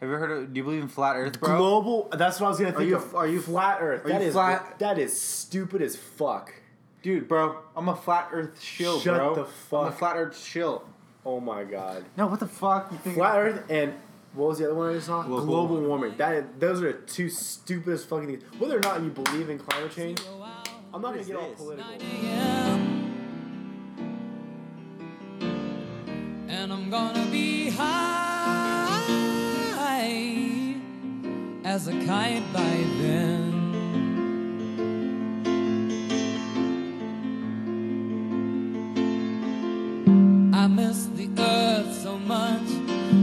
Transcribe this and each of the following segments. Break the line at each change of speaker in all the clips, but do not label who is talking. Have you ever heard of? Do you believe in flat Earth, bro?
Global. That's what I was gonna think
you-
of. Are you flat Earth?
are you
That is
flat-
that is stupid as fuck.
Dude, bro, I'm a flat Earth shill,
Shut
bro.
the
I'm a
fuck.
flat Earth shill.
Oh my god.
No, what the fuck? You think
Flat Earth and what was the other one I just saw?
Global
Global,
warming.
warming. That is, those are two stupidest fucking things. Whether or not you believe in climate change, I'm not gonna
is
get all
this?
political.
And I'm gonna be high as a kite by then. I miss the earth so much.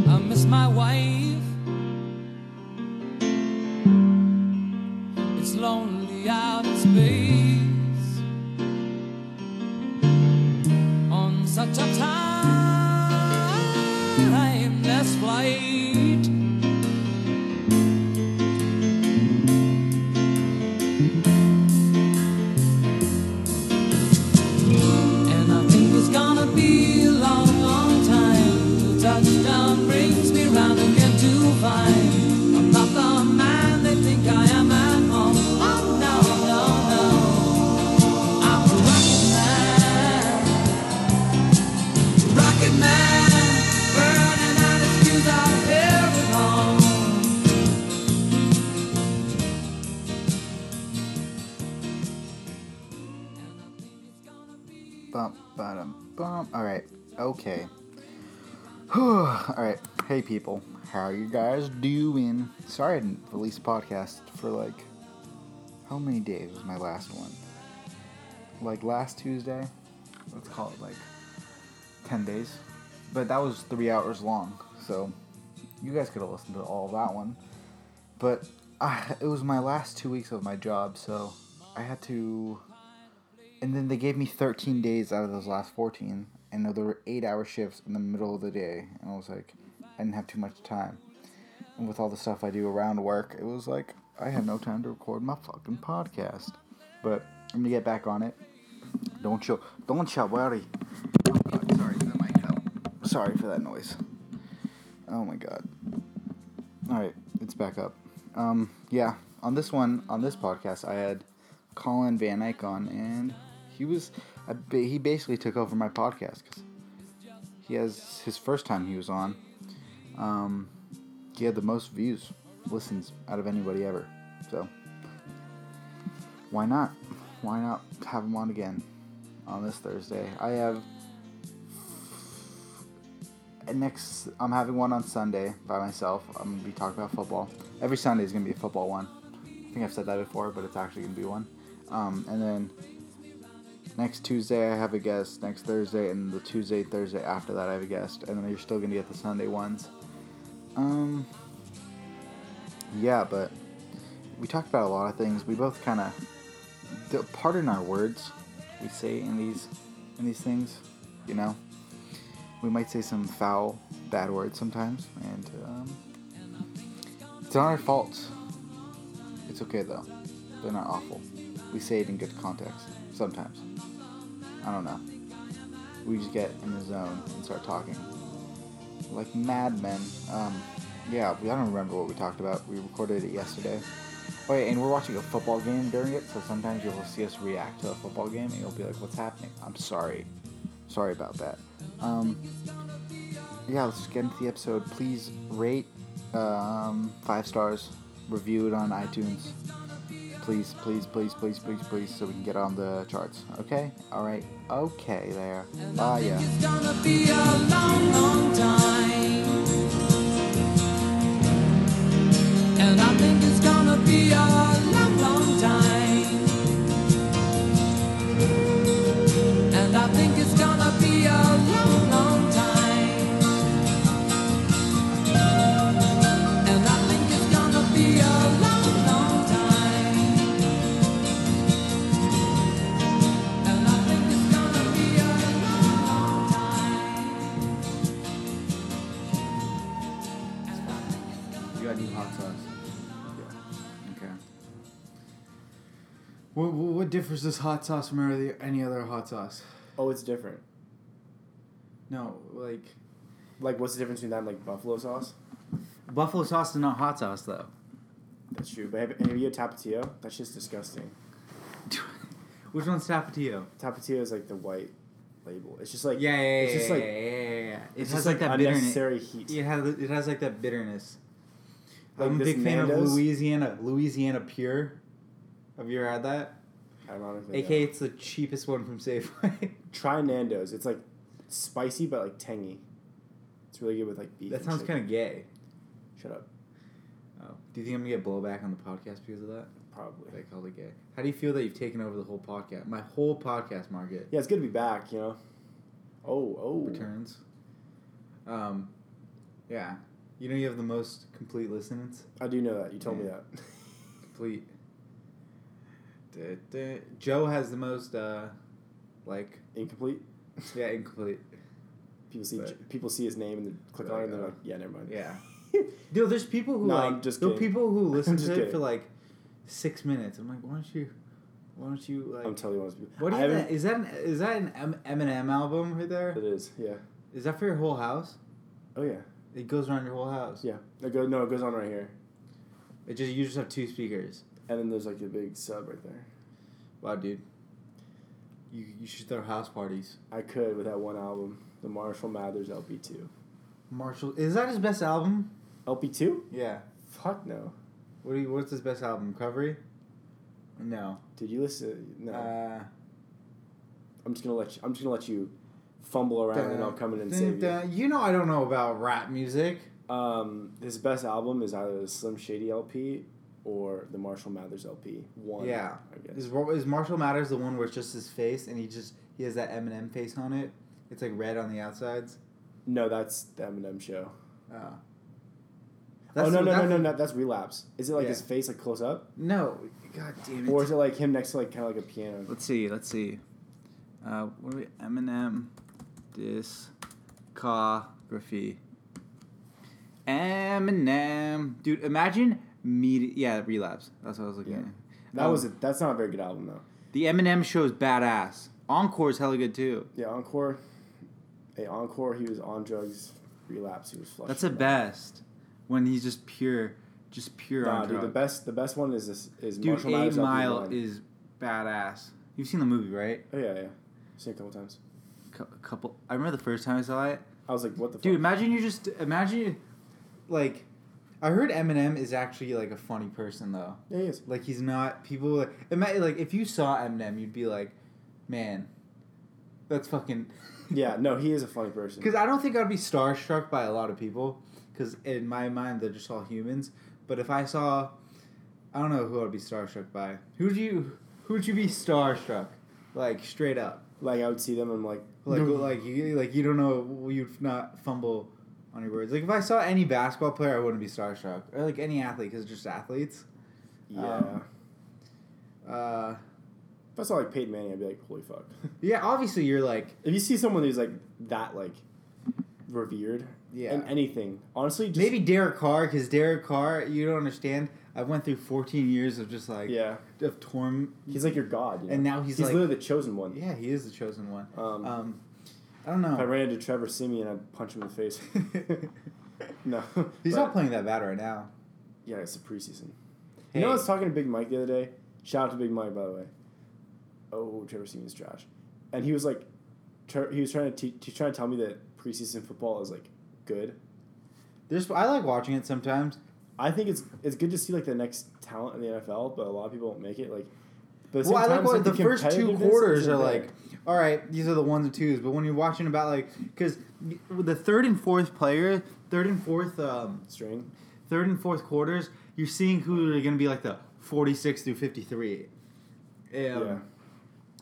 I miss my wife. It's lonely out in space on such a timeless flight. And I think it's gonna be a long, long time till touchdown brings me round again to find I'm not the man they think I am at all. Oh no, no, no. I'm a rocket man, rocket man, burning out his fuse out here at home. And I think it's gonna be.
Bump, bottom, bump. All right. Okay. All right. Hey, people. How you guys doing? Sorry I didn't release a podcast for like. How many days was my last one? Like last Tuesday? Let's call it like 10 days. But that was three hours long. So you guys could have listened to all that one. But I, it was my last two weeks of my job. So I had to and then they gave me 13 days out of those last 14. And there were eight hour shifts in the middle of the day. And I was like, I didn't have too much time. And with all the stuff I do around work, it was like, I had no time to record my fucking podcast. But I'm going to get back on it. Don't you, don't you worry. Oh God, sorry, the mic fell. Sorry for that noise. Oh my God. All right, it's back up. Um, yeah, on this one, on this podcast, I had Colin Van Eyck on, and he was I, ba- he basically took over my podcast because he has his first time he was on. Um, he had the most views, listens out of anybody ever. So why not? Why not have him on again on this Thursday? I have and next I'm having one on Sunday by myself. I'm gonna be talking about football. Every Sunday is gonna be a football one. I think I've said that before, but it's actually gonna be one. Um, and then next Tuesday I have a guest. Next Thursday and the Tuesday Thursday after that I have a guest. And then you're still gonna get the Sunday ones. Um, yeah, but we talked about a lot of things. We both kind of pardon our words we say in these in these things, you know we might say some foul, bad words sometimes, and um, it's not our fault. It's okay though; they're not awful. We say it in good context sometimes. I don't know. We just get in the zone and start talking like madmen. Um, yeah, we- I don't remember what we talked about. We recorded it yesterday. Oh yeah, and we're watching a football game during it, so sometimes you'll see us react to a football game, and you'll be like, "What's happening?" I'm sorry. Sorry about that. Um, yeah, let's get into the episode. Please rate um, five stars, review it on iTunes. Please, please, please, please, please, please, so we can get on the charts. Okay? All right. Okay, there. Bye,
I
yeah.
think it's gonna be a long, long time. And I think it's gonna be a long, long time. And I think it's gonna be a long, long time. And I think it's gonna be a long, long time. And I think it's gonna be a long, long time. And I think it's gonna
You got new hot sauce. Yeah. Okay.
What, what what differs this hot sauce from any any other hot sauce?
Oh, it's different.
No, like
Like, what's the difference between that and like buffalo sauce?
Buffalo sauce is not hot sauce though.
That's true. But have, have you had tapatio? That's just disgusting.
Which one's tapatio?
Tapatio is like the white label. It's just like
Yeah, yeah, yeah,
it's just
yeah,
like
yeah, yeah, yeah, yeah. It
it's
has
just
like
like,
that bitterness.
unnecessary heat.
It has it has like that bitterness.
Like
I'm a
this
big fan
Nando's?
of Louisiana Louisiana Pure. Have you ever had that?
Ironically,
AK, it's the cheapest one from Safeway.
no. try Nando's. It's like spicy but like tangy. It's really good with like beef.
that sounds kind of gay.
of shut up.
Oh, do you think I'm gonna get blowback on the podcast because of that?
Probably.
They called it gay. How do you feel that you've taken over the whole podcast? My whole podcast market
Yeah, it's good to be back. You know. Oh oh.
returns. Um, yeah. You know you have the most complete listenings.
I do know that. You told me
Yeah.
that.
Complete. Duh, duh. Joe has the most, uh, like,
Incomplete.
yeah, incomplete.
People see
But-
people see his name and then click
But,
on it and they're
uh,
like, yeah, never mind.
Yeah. Dude, there's people who
No,
like
I'm just
there are
kidding.
people who listen to
just
it
kidding.
for like six minutes. I'm like, why don't you, why don't you like?
I'm totally honest with you.
what
I
is that?
haven't-
Is that an, is that an M- Eminem album right there?
It is. Yeah.
Is that for your whole house?
Oh yeah.
It goes around your whole house.
Yeah. It goes, no, it goes on right here,
It just you just have two speakers.
and then there's like a big sub right there.
Wow, dude. You you should throw house parties.
I could with that one album, the Marshall Mathers LP two.
Marshall, is that his best album?
LP two?
Yeah.
Fuck no.
What do you, what's his best album? Recovery. No.
Did you listen? No.
Uh,
I'm just gonna let you. I'm just gonna let you fumble around, and I'll come in and save you.
You know I don't know about rap music.
Um, his best album is either the Slim Shady LP or the Marshall Mathers LP one.
Yeah.
I guess.
Is, Ro- is Marshall Matters the one where it's just his face and he just he has that Eminem face on it? It's like red on the outsides.
No, that's the Eminem show.
Oh.
oh no
the-
no no
that's
no
the-
no that's relapse. Is it like
Yeah.
his face like close up,
no! God damn
or
it!
is it like him next to like kind of like a piano?
Let's see. Let's see. Uh, what are we? Eminem discography. Eminem, dude. Imagine me. Yeah, relapse. That's what I was looking
Yeah.
at.
That
Um,
was a, that's not a very good album though.
the Eminem show is badass. Encore's hella good too.
Yeah, Encore. Hey, Encore. He was on drugs. Relapse. He was flushed.
That's the best when he's just pure, just pure on
Nah, dude. The
drugs.
best. The best one is this. Is
Dude,
Marshall
Eight
Mathers
Mile
LP1.
is badass. You've seen the movie, right?
Oh yeah, yeah. Seen it a couple times.
Cou- couple. I remember the first time I saw it.
I was like, what the
Dude,
fuck?
imagine you just imagine, like, I heard Eminem is actually like a funny person though.
Yeah, he is.
Like he's not people like ima- like if you saw Eminem, you'd be like, man, that's fucking.
Yeah, no, he is a funny person.
Because I don't think I'd be starstruck by a lot of people. Because in my mind, they're just all humans. But if I saw, I don't know who I'd be starstruck by. Who'd you Who'd you be starstruck? Like straight up,
Like I would see them, I'm like,
like
no.
like you like you don't know you'd not fumble on your words. Like if I saw any basketball player, I wouldn't be starstruck, or like any athlete, because just athletes.
yeah.
um, Uh,
if I saw like Peyton Manning, I'd be like, holy fuck.
yeah, obviously you're like
if you see someone who's like that, like revered,
Yeah.
and anything, honestly, just,
maybe Derek Carr, because Derek Carr, you don't understand. I went through 14 years of just like
yeah,
of torn
he's like your god. You know?
And now he's
he's
like-
literally the chosen one.
Yeah, he is the chosen one.
Um,
Um, I don't
If I
know.
ran into Trevor Simeon, I'd punch him in the face. no,
He's
but-
not playing that bad right now.
Yeah, it's the preseason.
Hey,
You know, I was talking to Big Mike the other day. Shout out to Big Mike, by the way. Oh, Trevor Simeon's trash. And he was like, tr- he was trying to te- he's trying to tell me that preseason football is like good.
there's I like watching it sometimes.
I think it's it's good to see like the next talent in the NFL, but a lot of people won't make it. Like, but at the
Well, I
same
like
time, it's,
what the, first two
competitiveness
quarters
isn't
are
there.
like. All right, these are the ones and twos. But when you're watching about like, because the third and fourth player, third and fourth, um,
string.
third and fourth quarters, you're seeing who are going to be like the 46 through 53. Um,
Yeah.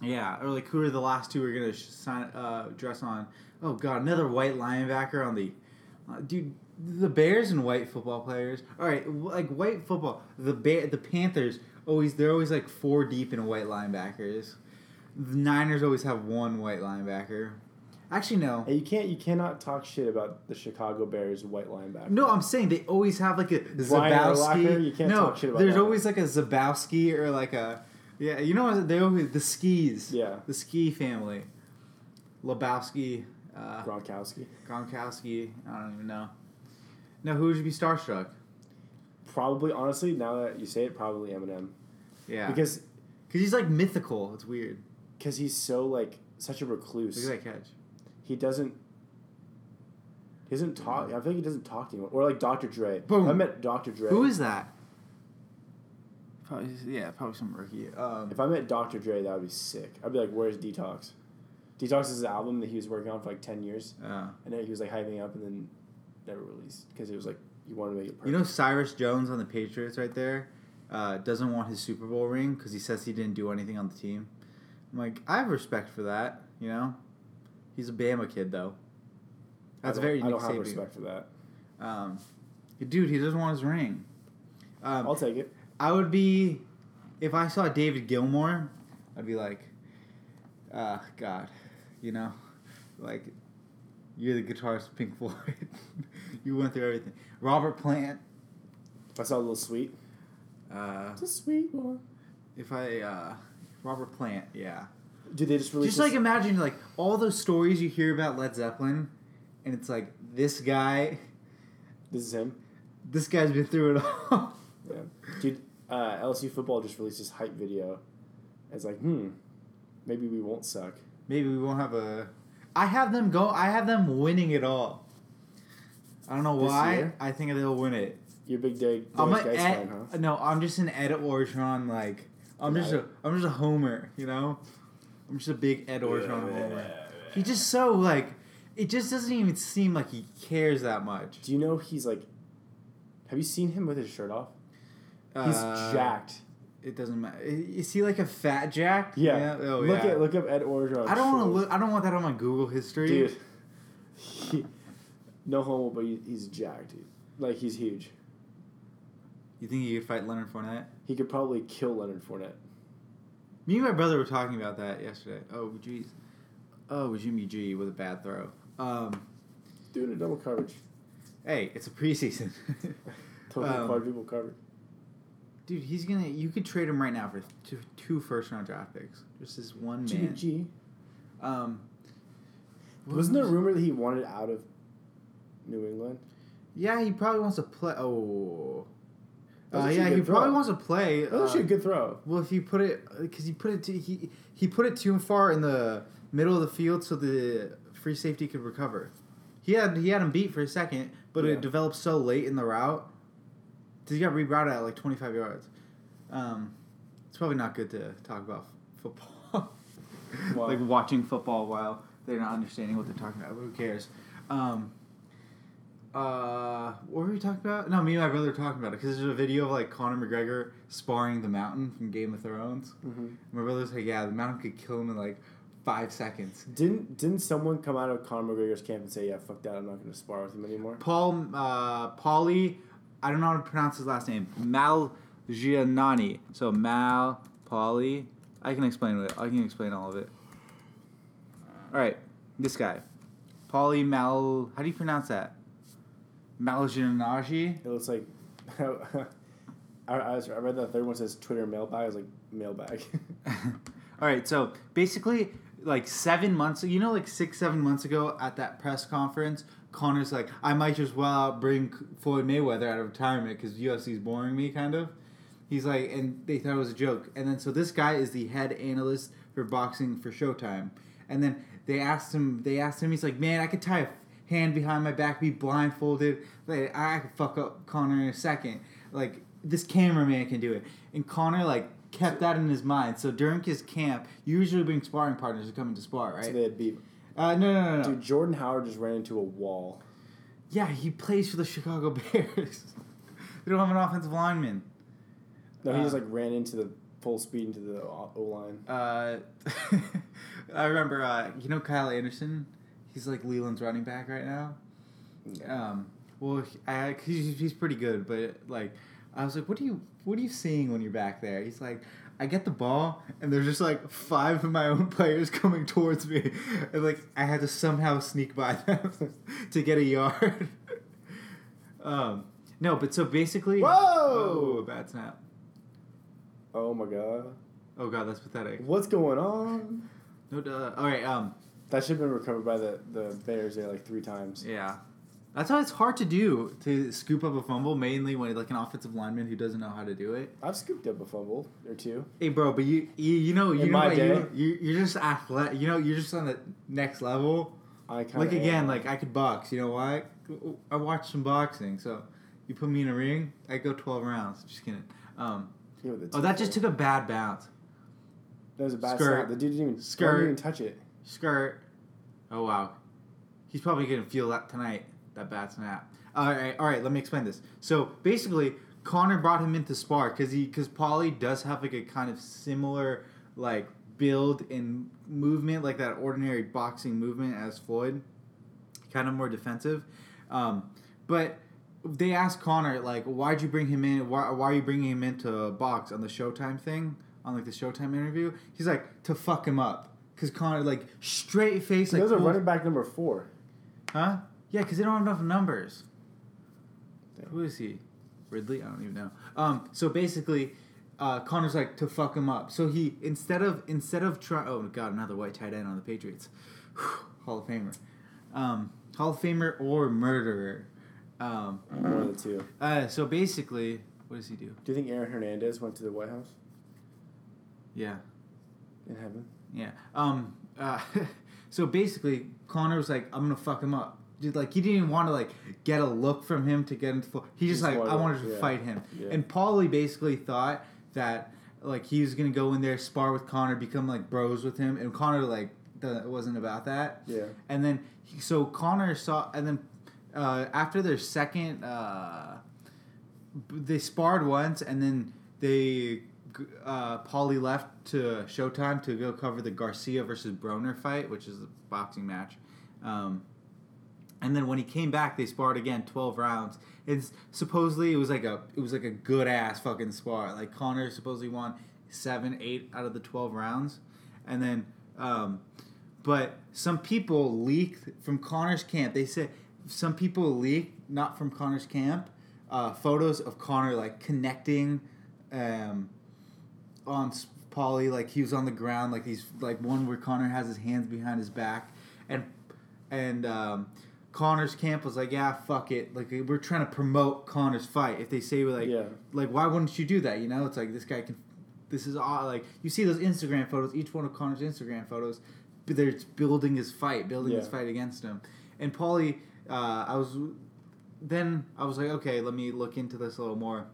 yeah. or like who are the last two we're going to sh- sign, uh, dress on? Oh god, another white linebacker on the uh, dude. The Bears and white football players. All right, wh- like white football. The Bear, the Panthers always they're always like four deep in white linebackers. The Niners always have one white linebacker. Actually, no.
And you can't you cannot talk shit about the Chicago Bears white linebacker.
No, I'm saying they always have like a
Urlacher,
Zabowski.
you can't
no,
talk shit about
there's
that.
always like a Zabowski or like a yeah. You know what they always the skis.
Yeah.
the ski family. Lebowski, uh,
Gronkowski.
Gronkowski. I don't even know. Now, who would you be starstruck?
Probably, honestly, now that you say it, probably Eminem
Yeah, because
because
he's like mythical. It's weird.
because he's so like such a
Look
recluse.
at that catch.
He doesn't. He doesn't talk. I feel like he doesn't talk to anyone. Or like Dr. Dre.
Boom.
If I met Dr. Dre.
Who is that? Probably, yeah, probably some rookie. Um,
If I met Dr. Dre, that would be sick. I'd be like, "Where's Detox?" Detox is his album that he was working on for like ten years,
uh,
and then he was like hyping up, and then never released because it was like you wanted to make it perfect.
you know Cyrus Jones on the Patriots right there uh, doesn't want his Super Bowl ring because he says he didn't do anything on the team. I'm like, I have respect for that. You know, he's a Bama kid though. That's
I don't-
very
I
Nick
don't have
Saban.
respect for that.
Um, dude, he doesn't want his ring. Um,
I'll take it.
I would be if I saw David Gilmour, I'd be like, ah, God, you know, like you're the guitarist of Pink Floyd. you went through everything. Robert Plant.
If I saw a little sweet,
Uh,
it's a sweet one.
if I uh, Robert Plant, yeah.
Do they just release?
Just like imagine like all those stories you hear about Led Zeppelin, and it's like this guy,
this is him.
this guy's been through it all.
Yeah, dude. Uh, LSU football just released this hype video. It's like, hmm, maybe we won't suck.
Maybe we won't have a. I have them go. I have them winning it all. I don't know
This
why.
year?
I think they'll win it.
You're a big day.
I'm
Dallas
an
Guys
ed-
fan, huh?
no. I'm just an Ed Orgeron. Like I'm just a. I'm just a homer. You know. I'm just a big Ed Orgeron homer. He just so like. It just doesn't even seem like he cares that much.
Do you know he's like? Have you seen him with his shirt off? He's
Uh,
jacked.
It doesn't matter. Is he like a fat jack?
Yeah.
Oh,
look
yeah.
at look up Ed Orgeron.
I don't want to
shorts.
look. I don't want that on my Google history.
dude. He, no homo, but he, he's jacked, dude. Like he's huge.
You think he could fight Leonard Fournette?
He could probably kill Leonard Fournette.
Me and my brother were talking about that yesterday. Oh, jeez. Oh, Jimmy G with a bad throw. Um,
Doing a double coverage,
hey, it's a preseason.
total
Um,
quadruple coverage.
Dude, he's gonna. You could trade him right now for two, two first round draft picks. Just this one
Jimmy
man.
G.
Um, what
Wasn't there a
was-
rumor that he wanted out of New England?
Yeah, he probably wants to play. Oh.
That was
Uh,
actually a
yeah, he
good throw.
probably wants to play.
That was
uh,
actually a good throw.
Well, if you put it, because he put it to, he he put it too far in the middle of the field, so the free safety could recover. He had he had him beat for a second, but
Yeah.
it developed so late in the route, 'cause he got rerouted at like twenty five yards. Um, it's probably not good to talk about f- football,
Why?
like watching football while they're not understanding what they're talking about. Who cares? Um, uh, what were we talking about? No, me and my brother were talking about it because there's a video of like Conor McGregor sparring the Mountain from Game of Thrones.
Mhm.
My brother's like, yeah, the Mountain could kill him in like five seconds.
Didn't didn't someone come out of Conor McGregor's camp and say, "Yeah, fuck that, I'm not going to spar with him anymore"?
Paul, uh, Paulie, I don't know how to pronounce his last name. Mal Giannani. So Mal, Paulie. I can explain it. I can explain all of it. All right, this guy, Paulie Mal. How do you pronounce that? Malginagi.
It looks like. I, I, was, I read that third one says Twitter mailbag. I was like mailbag.
All right, so basically, like seven months, you know, like six, seven months ago at that press conference, Connor's like, I might just well bring Floyd Mayweather out of retirement because UFC's boring me, kind of. He's like, and they thought it was a joke. And then, so this guy is the head analyst for boxing for Showtime. And then they asked him, they asked him, he's like, man, I could tie a hand behind my back, be blindfolded. Like, I could fuck up Connor in a second. Like, this cameraman can do it. And Connor, like, kept that in his mind. So during his camp, you usually bring sparring partners to come into spar,
so
right?
they had beef.
Uh, no, no, no, no.
Dude, Jordan Howard just ran into a wall.
Yeah, he plays for the Chicago Bears. they don't have an offensive lineman.
No, he
Uh,
just like ran into the full speed into the O line.
Uh, I remember, uh, you know, Kyle Anderson. He's like Leland's running back right now. Um, well, he- I, 'cause he's, he's pretty good, but like, I was like, what do you what are you seeing when you're back there? He's like, I get the ball, and there's just like five of my own players coming towards me, and like I had to somehow sneak by them to get a yard. um, no, but so basically,
Whoa!
oh, bad snap.
Oh my god,
Oh god, that's pathetic.
what's going on?
No, duh. all right. Um,
That should have been recovered by the the Bears there like three times.
Yeah. That's why it's hard to do to scoop up a fumble, mainly when like an offensive lineman who doesn't know how to do it.
I've scooped up a fumble or two.
Hey, bro, but you you, you know you
In
know
my
what
day.
you, you you're just athletic. You know you're just on the next level.
I kind
Like again, like I could box. You know why? I watched some boxing, so you put me in a ring, I go twelve rounds. Just kidding. Um, oh, that just took a bad bounce.
That was a bad
Skirt.
slap. The dude didn't even
Skirt.
didn't even touch it.
Skirt. Oh wow. He's probably gonna feel that tonight. That bad snap. All right, all right. Let me explain this. So basically, Connor brought him into spar because he because Polly does have like a kind of similar like build and movement like that ordinary boxing movement as Floyd, kind of more defensive. Um, but they asked Connor like, why'd you bring him in? Why, why are you bringing him into box on the Showtime thing? On like the Showtime interview, he's like to fuck him up because Connor like straight face
He
like
was a
pulled-
running back number four.
Huh? Yeah, because they don't have enough numbers.
Damn.
Who is he? Ridley? I don't even know. Um, so basically, uh, Connor's like to fuck him up. So he instead of instead of try oh god another white tight end on the Patriots, Hall of Famer, um, Hall of Famer or murderer. Um,
One of the two.
uh, so basically, what does he do?
Do you think Aaron Hernandez went to the White House
Yeah,
in heaven?
Yeah. Um. Uh, so basically, Connor was like, "I'm gonna fuck him up." Dude, like he didn't even want to like get a look from him to get into the floor. He just,
Just
like
wanted
I
to-
wanted to
yeah.
fight him.
Yeah.
And Paulie basically thought that like he was gonna go in there spar with Connor, become like bros with him, and Connor like th- wasn't about that.
Yeah.
And then he, so Connor saw, and then uh, after their second. Uh, they sparred once and then they uh, Paulie left to Showtime to go cover the Garcia versus Broner fight, which is a boxing match. Um, and then when he came back, they sparred again, twelve rounds. It's supposedly it was like a it was like a good ass fucking spar. Like Connor supposedly won seven, eight out of the twelve rounds, and then um, but some people leaked from Connor's camp. They said some people leaked, not from Connor's camp, uh, photos of Connor like connecting um, on S- Polly, like he was on the ground, like he's like one where Connor has his hands behind his back, and and um, Connor's camp was like, yeah, fuck it, like we're trying to promote Connor's fight. If they say like,
Yeah.
like why wouldn't you do that? You know, it's like this guy can, this is all like you see those Instagram photos, each one of Connor's Instagram photos, but they're it's building his fight, building his
Yeah.
fight against him, and Paulie, uh, I was, then I was like, okay, let me look into this a little more.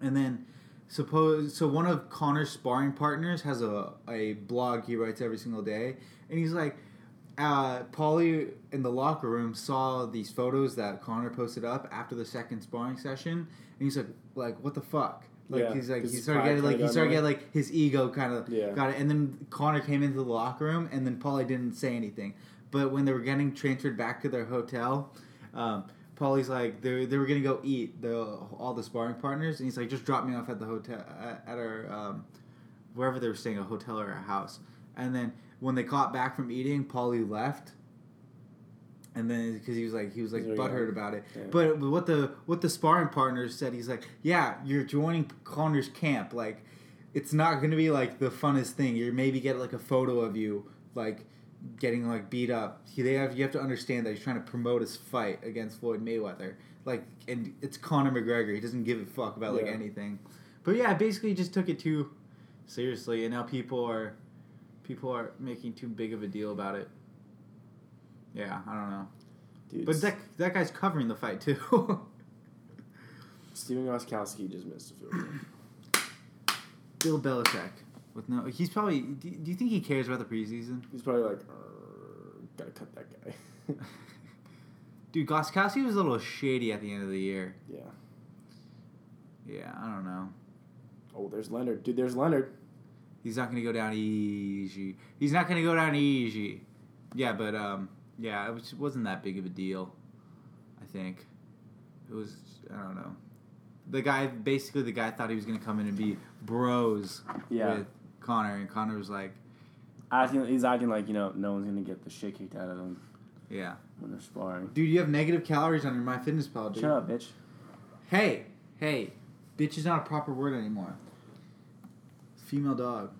And then suppose so one of Connor's sparring partners has a, a blog he writes every single day, and he's like, uh, Paulie in the locker room saw these photos that Connor posted up after the second sparring session, and he's like, like what the fuck. Like
Yeah,
he's like he
his
started
pride
getting like
kinda
he
got
started
in the
getting like his ego kind of
Yeah.
got it, and then Connor came into the locker room, and then Paulie didn't say anything. But when they were getting transferred back to their hotel, um, Paulie's like they they were gonna go eat the all the sparring partners, and he's like just drop me off at the hotel at at our um, wherever they were staying, a hotel or a house. And then when they caught back from eating, Paulie left. And then because he was like he was like
He's like,
butthurt
yeah.
about it,
Yeah.
but what the what the sparring partners said, he's like, yeah, you're joining Connor's camp. Like, it's not going to be like the funnest thing. You're maybe get like a photo of you like getting like beat up. He, they have you have to understand that he's trying to promote his fight against Floyd Mayweather. Like, and it's Conor McGregor. He doesn't give a fuck about like
Yeah.
anything. But yeah, basically, he just took it too seriously, and now people are people are making too big of a deal about it. Yeah, I don't know.
Dude,
But
but
that that guy's covering the fight too.
Steven Goskowski just missed a field goal.
Bill Belichick with no. He's probably. Do, do you think he cares about the preseason?
He's probably like, "Arr, gotta cut that guy.
Dude, Goskowski was a little shady at the end of the year.
yeah.
Yeah, I don't know.
Oh, there's Leonard. Dude, there's Leonard.
He's not gonna go down easy. He's not gonna go down easy. Yeah, but um, yeah, it was, wasn't that big of a deal. I think it was. I don't know. The guy basically, the guy thought he was gonna come in and be bros
Yeah.
with Connor, and Connor was like,
Acting, he's acting like, you know, no one's gonna get the shit kicked out of him
yeah.
when they're sparring.
Dude, you have negative calories on your MyFitnessPal, dude.
up, bitch.
Hey, hey, bitch is not a proper word anymore. Female dog.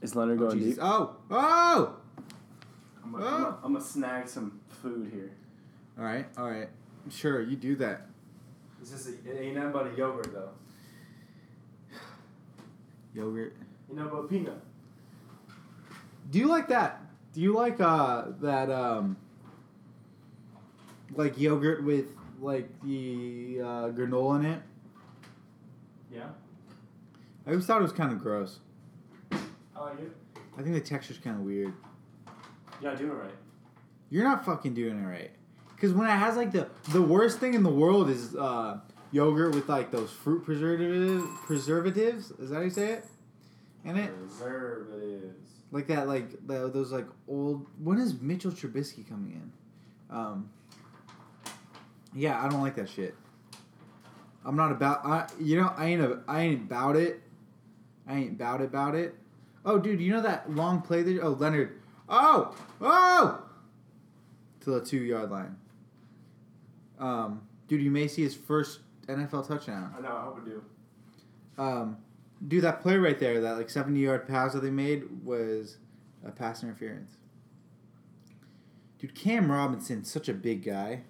Is Leonard
Oh, Jesus. oh, oh!
I'm
gonna- I'm gonna-
I'm gonna snag some food here.
All right, all right. Sure, you do that.
It's just a, it ain't nothing but a yogurt though.
Yogurt.
You know, but peanut.
Do you like that? Do you like uh that um like yogurt with like the uh, granola in it?
Yeah,
I always thought it was kind of gross.
I like it.
I think the texture's kind of weird.
You're not doing it right.
You're not fucking doing it right. Cause when it has like the the worst thing in the world is uh yogurt with like those fruit preservative preservatives. Is that how you say it? In it.
Preservatives.
Like that, like tho- those, like old. When is Mitchell Trubisky coming in? Um, yeah, I don't like that shit. I'm not about. I you know I ain't a, I ain't about it. I ain't about it about it. Oh, dude, you know that long play that oh Leonard. Oh oh. To the two yard line. Um, dude, you may see his first NFL touchdown.
I know. I hope I do.
Um, dude, that play right there, that like seventy yard pass that they made was a pass interference. Dude, Cam Robinson, such a big guy,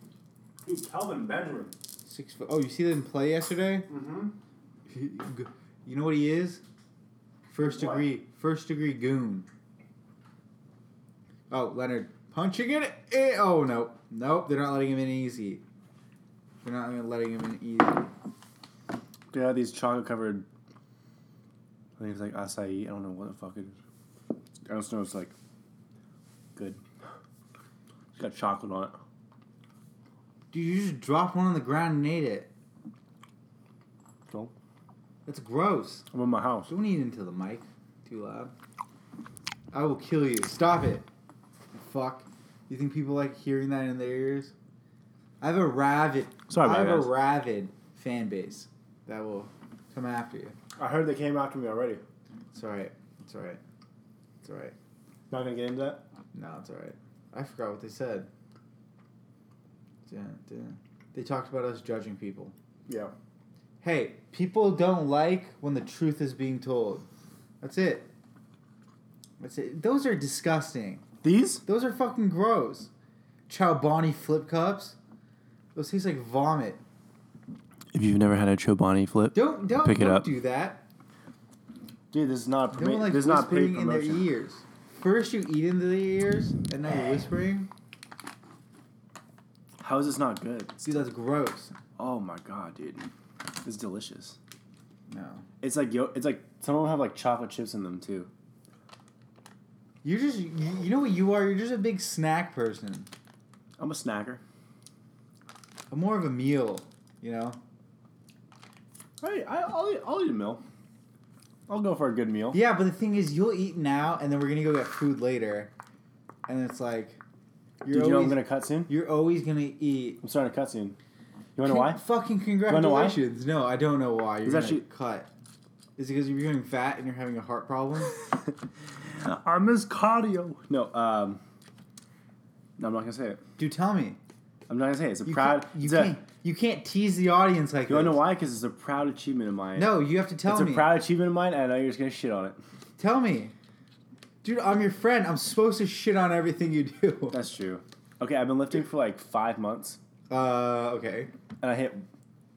Dude, Calvin Benjamin.
six foot. Oh, you see them play yesterday?
Mm-hmm.
You know what he is? First
What?
degree, first degree goon. Oh, Leonard punching it. eh, oh no, nope, they're not letting him in easy. They're not letting him in easy.
They have these chocolate covered. I think it's like acai. I don't know what the fuck it is. I just know it's like good. It's got chocolate on it.
Dude, you just dropped one on the ground and ate it.
So
That's gross.
I'm in my house.
Don't eat into the mic too loud. I will kill you. Stop it. Fuck. You think people like hearing that in their ears? I have a rabid,
Sorry,
I
my
have
guys.
a rabid fan base that will come after you.
I heard they came after me already.
It's alright. It's alright. It's alright.
Not gonna get into that.
No, it's alright. I forgot what they said. Dun, dun. They talked about us judging people.
Yeah.
Hey, people don't like when the truth is being told. That's it. That's it. Those are disgusting.
These?
Those are fucking gross. Chobani flip cups. Those taste like vomit.
If you've never had a Chobani flip,
Don't don't
Pick it
don't
up.
do that.
dude, this is not a
Don't like
this is not paid
whispering in their
promotion.
ears. First you eat into their ears, and now you're whispering.
How is this not good?
See, that's gross.
Oh my god, dude, this is delicious.
No,
It's like yo, it's like some of them have like chocolate chips in them too.
you're just you, you know what you are. You're just a big snack person.
I'm a snacker.
I'm more of a meal. You know.
Hey, I, I'll eat, I'll eat a meal. I'll go for a good meal.
Yeah, but the thing is, you'll eat now, and then we're gonna go get food later, and it's like you're
Dude, you know I'm
always
gonna cut soon.
you're always gonna eat
I'm starting to cut soon. You wanna know
Con-
why?
Fucking
wanna know why?
congratulations. No, I don't know why. You're
It's
gonna
actually-
cut. Is it because you're becoming fat and you're having a heart problem?
I miss cardio. No, um, no, I'm not gonna say it.
Dude, tell me.
I'm not gonna say it. It's a
You
proud.
Can't, you
it's a-
can't. You can't tease the audience like
you wanna
this.
know why? Because it's a proud achievement of mine.
No, you have to tell
it's a
me.
proud achievement of mine, and I know you're just gonna shit on it.
tell me, dude. I'm your friend. I'm supposed to shit on everything you do.
That's true. Okay, I've been lifting for like five months,
Uh, okay.
and I hit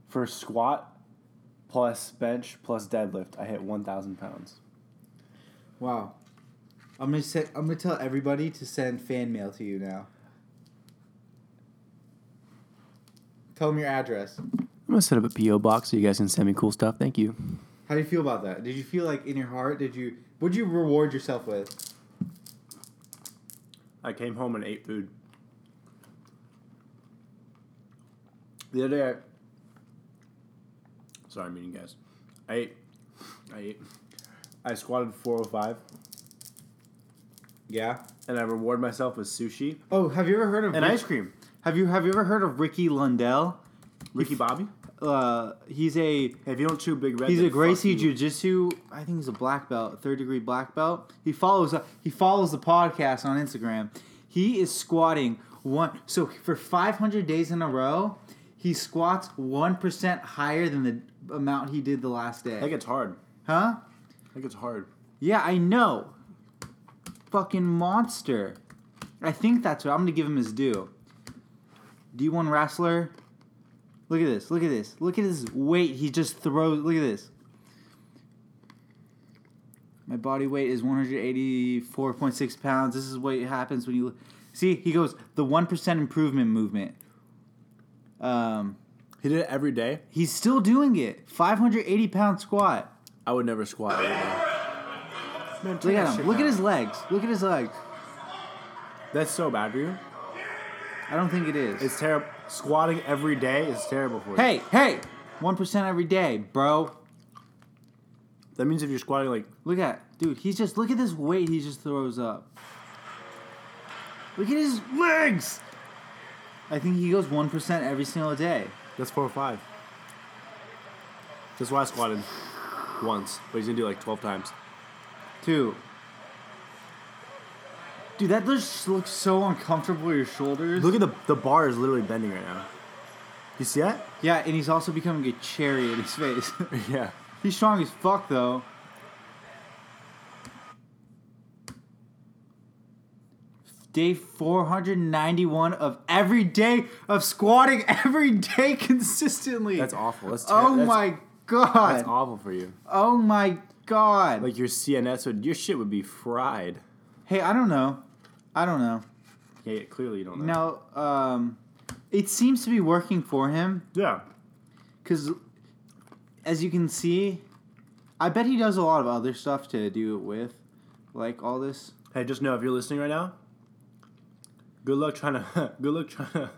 for squat plus bench plus deadlift. I hit 1,000 pounds.
Wow. I'm gonna say, I'm gonna tell everybody to send fan mail to you now. Tell them your address.
I'm gonna set up a PO box so you guys can send me cool stuff. Thank you.
How do you feel about that? Did you feel like in your heart? Did you? Would you reward yourself with?
I came home and ate food. The other day, I, sorry, I'm eating, guys. I ate, I ate, I squatted 405,
Yeah.
and I reward myself with sushi
Oh, have you ever heard of
and
Rick-
ice cream.
Have you have you ever heard of Ricky Lundell?
Ricky Bobby,
Uh, he's a
if you don't chew big red,
he's
then
a
fuck
Gracie
you.
Jiu-Jitsu. I think he's a black belt, third degree black belt. He follows he follows the podcast on Instagram. He is squatting one. So for 500 days in a row, he squats one percent higher than the amount he did the last day.
I think it's hard.
huh?
I think it's hard.
Yeah, I know. Fucking monster. I think that's what I'm gonna give him his due. D1 wrestler, Look at this. Look at this. Look at his weight. He just throws. Look at this. My body weight is 184.6 pounds. This is what happens when you see. He goes the one percent improvement movement. Um,
He did it every day.
he's still doing it. 580 pound squat.
I would never squat every day.
Look at him. Look at his legs. Look at his legs.
That's so bad for you.
I don't think it is.
It's terrible. Squatting every day is terrible for you.
hey, hey, one percent every day, bro.
That means if you're squatting like
Look at dude. He's just look at this weight he just throws up. Look at his legs. I think he goes one percent every single day.
that's four or five. That's why I squatted once, but he's gonna do like twelve times.
Two. Dude, that just looks so uncomfortable. Your shoulders.
Look at the the bar is literally bending right now. You see that?
Yeah, and he's also becoming a cherry in his face.
Yeah.
he's strong as fuck though. Day 491 of every day of squatting every day consistently.
That's awful. That's ter-
Oh
that's-
my god.
That's awful for you.
oh my god.
Like your CNS would your shit would be fried.
hey, I don't know. I don't know.
Yeah, yeah, clearly you don't know.
Now, um, it seems to be working for him
Yeah.
because, as you can see, I bet he does a lot of other stuff to do it with, like all this.
Hey, just know if you're listening right now. Good luck trying to. good luck trying to.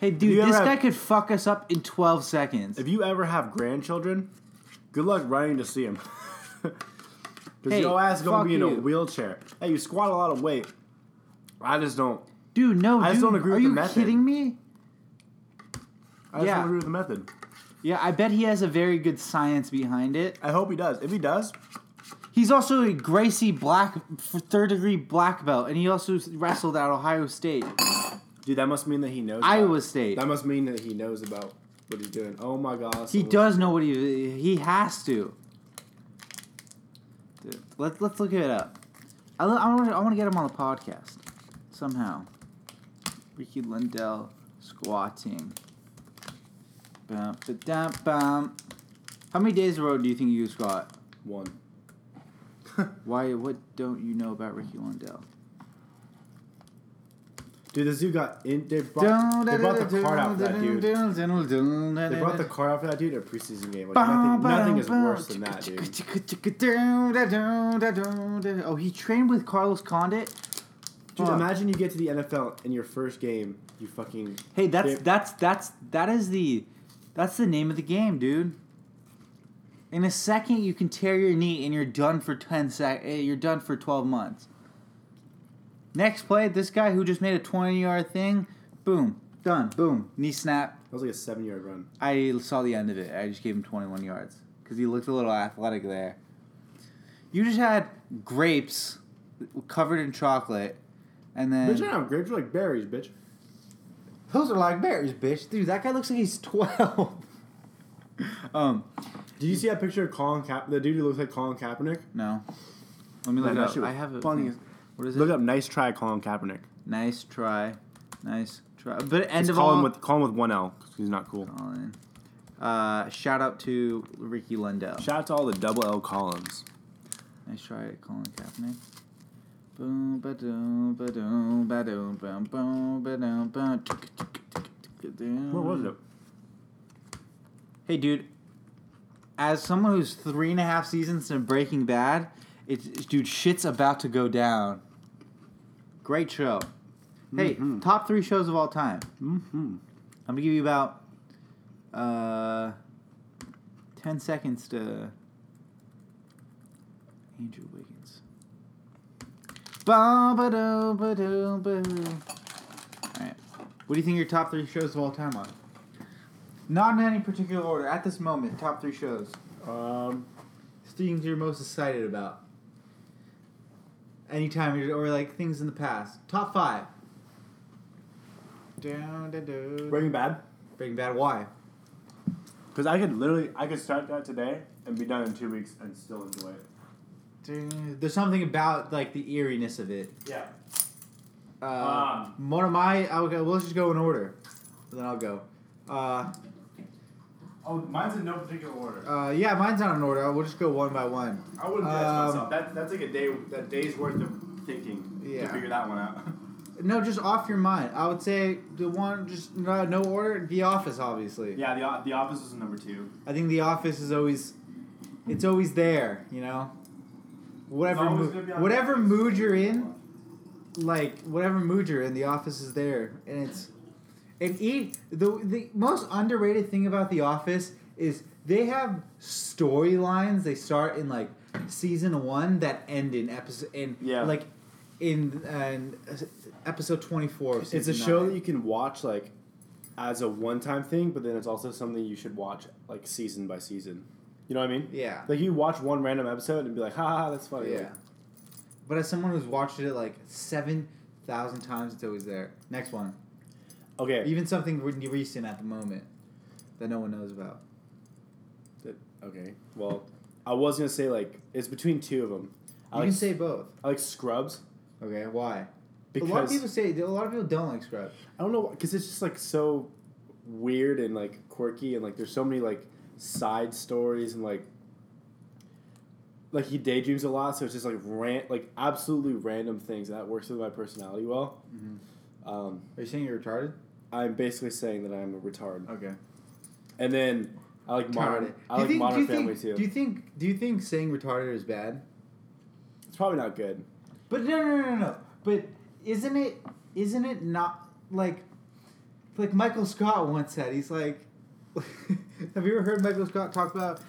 Hey, dude,
you
this
ever
guy
have-
could fuck us up in 12 seconds.
If you ever have grandchildren, good luck running to see them. Because
Hey,
your ass gonna
fuck
be in a
you.
wheelchair. Hey, you squat a lot of weight. I just don't.
dude, no,
I
dude,
just don't agree
are
with the
you
method.
kidding me?
I just
Yeah.
don't agree with the method.
Yeah, I bet he has a very good science behind it.
I hope he does. If he does,
He's also a Gracie black, third degree black belt, and he also wrestled at Ohio State,
dude, that must mean that he knows. about
Iowa
it.
State.
That must mean that he knows about what he's doing. Oh my god.
He
someone-
does know what he he has to. Dude, Let let's look it up. I lo- I want to I want to get him on the podcast somehow. Ricky Lindell squatting. Bum, ba-dum, bum. How many days in a row do you think you squat?
One.
Why? What don't you know about Ricky Lindell?
Dude, this dude got in. They brought, they brought the card out for that dude. They brought the card out for that dude at a preseason game. Like, nothing, nothing is worse than that, dude.
dude. Oh, he trained with Carlos Condit.
Dude,
Fuck.
imagine you get to the NFL in your first game, you fucking.
Hey, that's
They-
that's that's that is the that's the name of the game, dude. In a second, you can tear your knee and you're done for ten sec. eh, You're done for twelve months. Next play, this guy who just made a twenty yard thing, boom, done, boom, knee snap.
That was like a seven yard run.
I saw the end of it. I just gave him 21 yards because he looked a little athletic there. You just had grapes covered in chocolate, and then
Bitch, I don't have grapes. You're like berries, bitch.
those are like berries, bitch. Dude, that guy looks like he's 12. um,
Did you see that picture of Colin Kaep? The dude who looks like Colin Kaepernick?
no. Let me
Like,
look it
that
up.
shit
I
was
have it.
funny as-
What is it?
look up. Nice try, Colin Kaepernick.
Nice try, nice try. But end
Just
of
call
all,
him with call him with one L. 'cause he's not cool.
Colin. Uh, shout out to Ricky Lundell.
Shout out to all the double L columns.
Nice try it, Colin Kaepernick. Boom, ba-doom, ba-doom, ba-doom, boom, boom, ba-doom, boom.
Where was it?
Hey, dude. As someone who's three and a half seasons in Breaking Bad, it's it's- dude, shit's about to go down. Great show. Hey, top three shows of all time. Mm-hmm. I'm gonna give you about uh, ten seconds to Andrew Wiggins. Ba ba do ba do ba. All right. What do you think your top three shows of all time are? Not in any particular order. At this moment, top three shows.
Um,
Things you're most excited about. Anytime you're, or like things in the past. Top five. Down, down, down.
Breaking Bad.
Breaking Bad. Why?
Because I could literally I could start that today and be done in two weeks and still enjoy it.
Down. There's something about like the eeriness of it.
Yeah. Um.
Uh, one of my, I'll go. We'll just go in order. Then I'll go. Uh,
Oh, mine's in no particular order.
uh, yeah, mine's not in order. We'll just go one by one.
I wouldn't do that
Um,
to myself. That, that's like a day, that day's worth of thinking
Yeah.
to figure that one out.
No, just off your mind. I would say the one just no, no order. The Office, obviously.
yeah, the, O- the office was number two.
I think The Office is always, it's always there. You know, whatever
It's always
mo-
gonna be on
whatever
Netflix.
mood you're in, like whatever mood you're in, The Office is there, and it's and e the the most underrated thing about The Office is they have storylines they start in like season one that end in episode in
Yeah.
like in and episode twenty four.
It's a show that you can watch like as a one-time thing, but then it's also something you should watch like season by season. You know what I mean?
yeah Oh,
Like you watch one random episode and be like, "Ha ha, ha, that's funny."
yeah.
Like,
But as someone who's watched it like seven thousand times, it's always there. Next one,
okay.
even something re- recent at the moment that no one knows about.
That- okay. Well, I was gonna say like it's between two of them. I
You
like,
can say both.
I like Scrubs
Okay, why?
because
a lot of people say a lot of people don't like Scrubs.
I don't know because it's just like so weird and like quirky and like there's so many like side stories and like like he daydreams a lot, so it's just like rant like absolutely random things and that works with my personality well.
Mm-hmm.
Um,
Are you saying you're retarded?
I'm basically saying that I'm a retard,
Okay.
and then I like modern.
Retarded.
I
Do you think-
like
do
Modern
you think-
Family too.
Do you think? Do you think saying retarded is bad?
it's probably not good.
But no, no, no, no, no. But isn't it? Isn't it not like? Like Michael Scott once said, he's like, "Have you ever heard Michael Scott talk about?"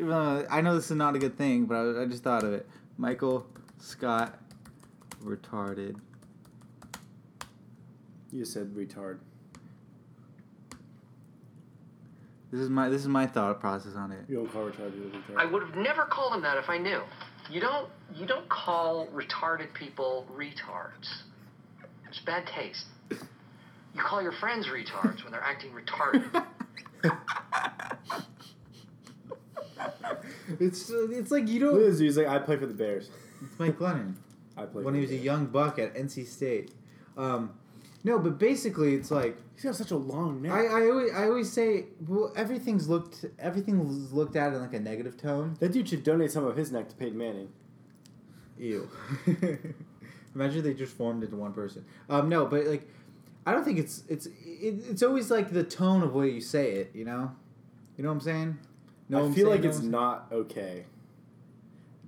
Uh, I know this is not a good thing, but I, I just thought of it. Michael Scott, retarded.
You just said retard.
This is my this is my thought process on it.
You don't call retard. You don't
I
retard.
would have never called them that if I knew. You don't you don't call retarded people retards. It's bad taste. You call your friends retards when they're acting retarded.
It's uh, it's like you don't.
Liz, he's like I play for the Bears.
It's Mike Glennon.
I play
when he
for the
was a
Bears.
young buck at NC State. Um, no, but basically, it's like
He's got such a long neck.
I, I, always, I always say, well, everything's looked everything's looked at in like a negative tone.
that dude should donate some of his neck to Peyton Manning.
Ew. Imagine they just formed into one person. Um, no, but like, I don't think it's it's it, it's always like the tone of way you say it. You know, you know what I'm saying? No,
I
I'm
feel
saying
like
no,
it's
I'm saying-
not okay.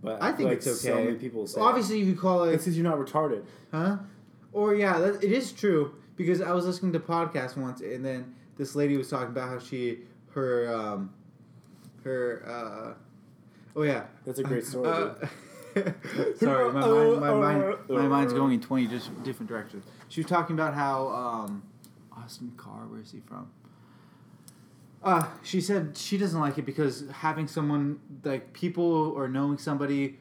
But
I
feel
think
like
it's okay.
So many people say
Obviously, you could call it.
it. It's 'cause you're not retarded.
Huh? Or yeah, that, it is true because I was listening to podcast once, and then this lady was talking about how she her um her uh oh yeah
That's a great story.
uh,
dude.
sorry my mind my mind my mind's going in twenty just different directions. She was talking about how um Austin Carr where is he from? Uh, she said she doesn't like it because having someone like people or knowing somebody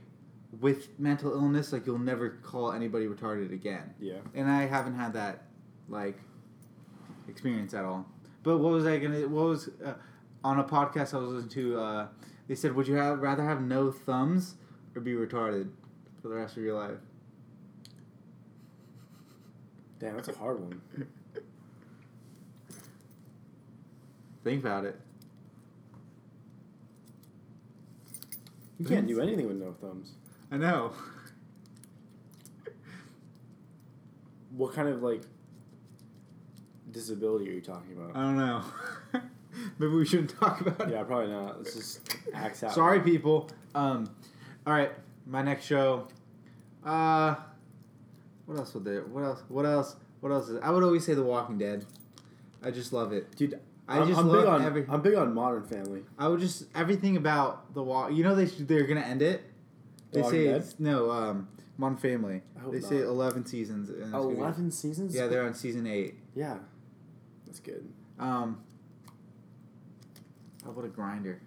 with mental illness, like you'll never call anybody retarded again.
Yeah.
And I haven't had that like experience at all. But what was I gonna? What was uh, on a podcast I was listening to? Uh, they said, "Would you have, rather have no thumbs or be retarded for the rest of your life?"
Damn, that's a hard one.
Think about it.
You can't do anything with no thumbs.
I know.
What kind of like disability are you talking
I
about?
don't know. Maybe we shouldn't talk about it.
Yeah, probably not. Let's just axe out.
Sorry, people. Um, all right, my next show. Uh, what else would there? What else? What else? What else? Is, I would always say The Walking Dead. I just love it.
dude.
I
I'm,
just
I'm
love
big on
every-
I'm big on Modern Family.
I would just everything about the walk. You know they should, they're gonna end it. They
Walking
say
Dead?
it's, no. Um, Modern Family.
I hope
They say
not.
eleven seasons. And it's gonna be-
Eleven seasons.
yeah, they're on season eight.
yeah. That's good.
Um, oh, what a grinder.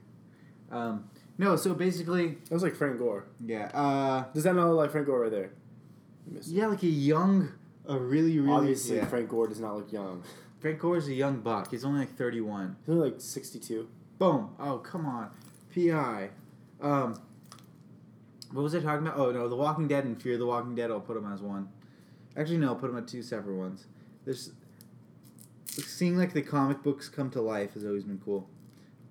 Um, no, so basically,
That was like Frank Gore.
yeah. Uh,
Does that not look like Frank Gore right there? You missed it.
yeah, like a young, a really, really
Obviously,
yeah.
Frank Gore does not look young.
Frank Gore's a young buck. He's only like thirty-one.
He's only like 62.
Boom. Oh, come on. PI. Um, what was I talking about? Oh, no. The Walking Dead and Fear the Walking Dead. I'll put them as one. Actually, no. I'll put them at two separate ones. There's seeing like the comic books come to life has always been cool.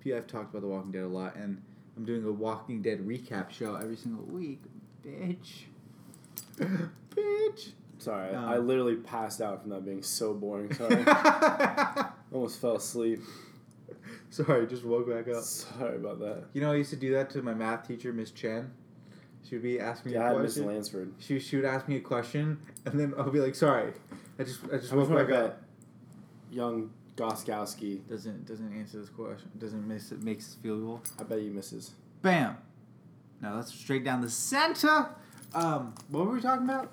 P- I've talked about The Walking Dead a lot, and I'm doing a Walking Dead recap show every single week, bitch. bitch.
Sorry,
Um.
I literally passed out from that being so boring. Sorry,
Sorry.
almost fell asleep.
just woke back up.
Sorry about that.
You know, I used to do that to my math teacher, Miss Chen. She would be asking me
Yeah, I
a
had Miss
question.
Lansford.
she, she would ask me a question, and then I'll be like, "Sorry, I just I just
How much
woke
would I
back up."
bet? Young Goskowski.
Doesn't doesn't answer this question. Doesn't miss it makes us feel goal.
I bet he misses.
Bam. Now that's straight down the center. Um, what were we talking about?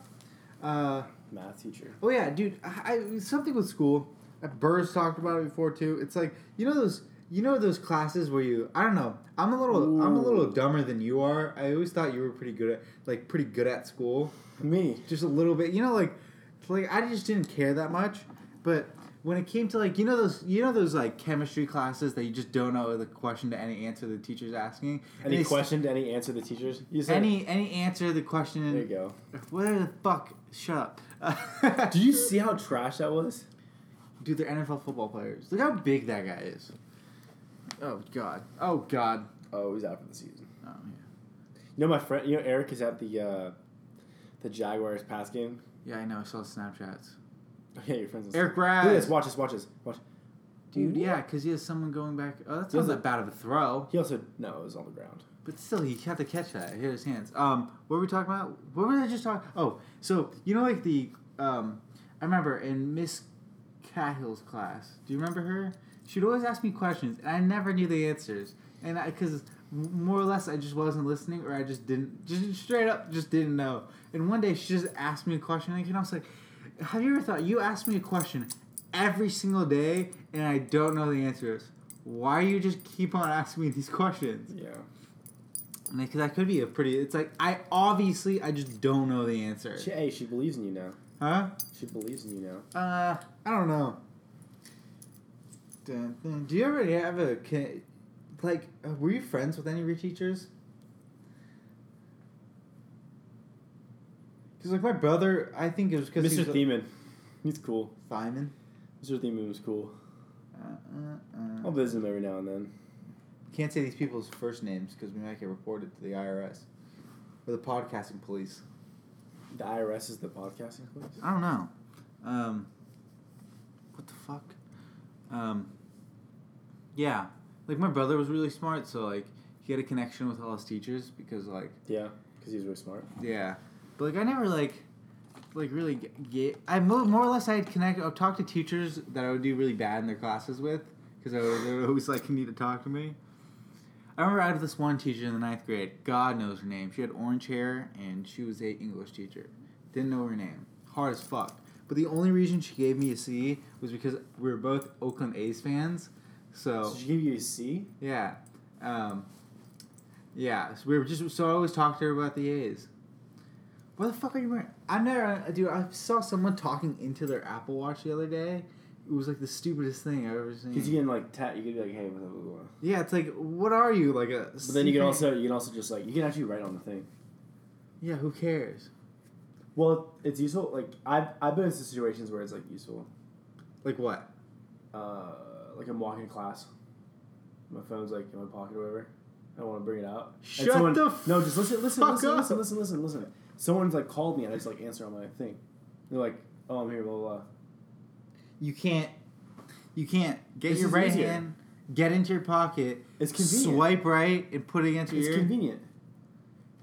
Uh,
Math teacher.
oh yeah, dude. I, I something with school. Uh, Burrs talked about it before too. It's like you know those you know those classes where you I don't know. I'm a little I'm a little
Ooh.
dumber than you are. I always thought you were pretty good at like pretty good at school.
Me.
just a little bit. You know, like like I just didn't care that much. But when it came to like you know those you know those like chemistry classes that you just don't know the question to any answer the teacher's asking. And
Any
they s-
question? Any answer? The teachers. You said.
Any any answer to the question.
There you go.
Where the fuck? Shut up.
Do you see how trash that was?
Dude, they're NFL football players. Look how big that guy is. Oh god. Oh god.
Oh, he's out for the season.
Oh,
You know my friend. You know Eric is at the uh, the Jaguars pass game.
yeah. yeah, I know. I saw Snapchats.
Oh, yeah, your friends. with-
Eric
Look at this.
Brad.
Watch this. Watch this. Watch.
Dude, yeah, because he has someone going back. Oh, that's
Does
not
it-
that bad of a throw.
He also no, it was on the ground.
But still, he had to catch that. He had his hands. Um, what were we talking about? What were they just talking? Oh, so you know, like the um, I remember in Miss Cahill's class. Do you remember her? She'd always ask me questions, and I never knew the answers. And I, because more or less, I just wasn't listening, or I just didn't, just straight up, just didn't know. And one day, she just asked me a question, like, and I was like, "Have you ever thought you asked me a question every single day, and I don't know the answers? Why you just keep on asking me these questions?"
Yeah.
I mean, 'cause that could be a pretty. It's like I obviously I just don't know the answer.
She, hey, she believes in you now.
Huh?
She believes in you now.
Uh, I don't know. Dun, dun. Do you ever have a ki- like? Uh, were you friends with any of your teachers? Because like my brother, I think it was because
Mr. Thiemann. He's cool.
Thiemann.
Mr. Thiemann was cool.
Uh, uh,
I'll
uh.
visit him every now and then.
Can't say these people's first names because we might get reported to the IRS or the podcasting police.
The IRS is the podcasting place.
I don't know. Um, what the fuck? Um, yeah, like my brother was really smart, so like he had a connection with all his teachers because like
Yeah, because he's really smart.
yeah, but like I never like like really g- get. I mo- more or less I had connect. I talked to teachers that I would do really bad in their classes with because they would always like need to talk to me. I remember I had this one teacher in the ninth grade. God knows her name. She had orange hair and she was a English teacher. Didn't know her name. Hard as fuck. But the only reason she gave me a C was because we were both Oakland A's fans. Oh.
So she gave you a C?
Yeah. Um, yeah. So we were just so I always talked to her about the A's. What the fuck are you wearing? I never, dude. I saw someone talking into their Apple Watch the other day. It was like the stupidest thing I've ever seen.
Because you can like tat, you can be like, hey, what's up, blah, blah, blah.
yeah, it's like, what are you like a?
But then you can also you can also just like you can actually write on the thing.
Yeah, who cares?
Well, it's useful. Like I've I've been in situations where it's like useful.
Like what?
Uh, like I'm walking to class, my phone's like in my pocket or whatever. I don't want to bring it out. And
Shut the f-
no, just listen, listen,
fuck
listen,
up.
listen, listen, listen, listen. Someone's like called me and I just like answer on my thing. They're like, oh, I'm here, blah blah. blah.
You can't. You can't get
This
your
is
right
easier.
hand, get into your pocket,
It's convenient.
swipe right, and put it against your
It's
ear.
convenient.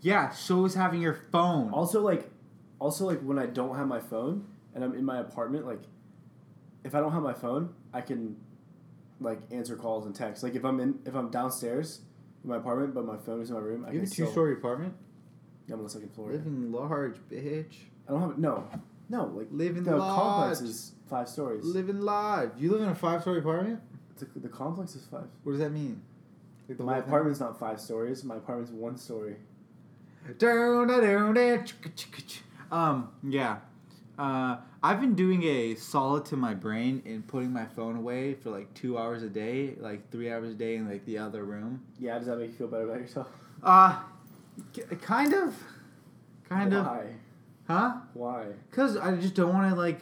yeah, so is having your phone.
Also, like, also like when I don't have my phone and I'm in my apartment, like, if I don't have my phone, I can, like, answer calls and texts. Like, if I'm in, if I'm downstairs in my apartment, but my phone is in my room, I
you
can
have a
still.
two-story apartment.
Yeah, I'm on the second floor.
Living large, bitch.
I don't have no, no. Like,
Live in
the complex
large.
is five stories.
Living large. You live in a five story apartment?
the, the complex is five.
What does that mean? Like the
My
whole thing?
apartment's not five stories. My apartment's one story.
Down, da, down, da, chicka, chicka, ch- Um, yeah. Uh, I've been doing a solid to my brain and putting my phone away for like two hours a day, like three hours a day in like the other room.
Yeah, does that make you feel better about yourself?
Uh, k- kind of. Kind of.
Why?
Huh?
Why?
Because I just don't want to like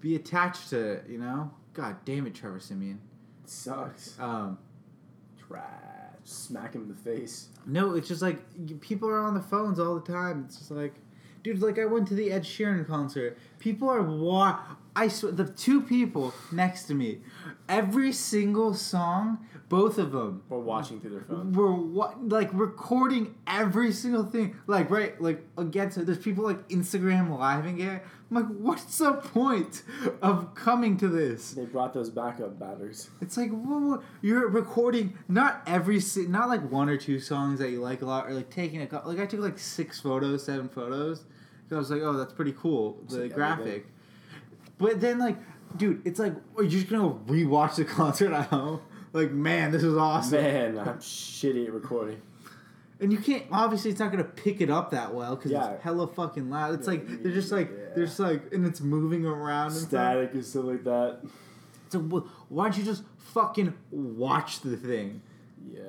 be attached to it, you know? God damn it, Trevor Simeon.
Sucks.
Um,
Trash. Smack him in the face.
no, it's just like y- people are on the phones all the time. It's just like, dude, like I went to the Ed Sheeran concert. People are wa. I swear, the two people next to me, every single song, both of them,
Or watching through their phone.
were what like recording every single thing like right like against it there's people like instagram living it i'm like what's the point of coming to this
They brought those backup batters.
it's like whoa, whoa, you're recording not every si- not like one or two songs that you like a lot or like taking a couple like i took like six photos seven photos 'Cause i was like oh that's pretty cool the
like
graphic
everything.
but then like dude it's like are you just gonna rewatch the concert at home like man this is awesome
Man, I'm shitty at recording.
And you can't. Obviously, it's not gonna pick it up that well because
Yeah.
it's hella fucking loud. It's like they're just like
Yeah.
they're just like, and it's moving around. And stuff.
Static and stuff like that.
So wh- why don't you just fucking watch the thing?
Yeah.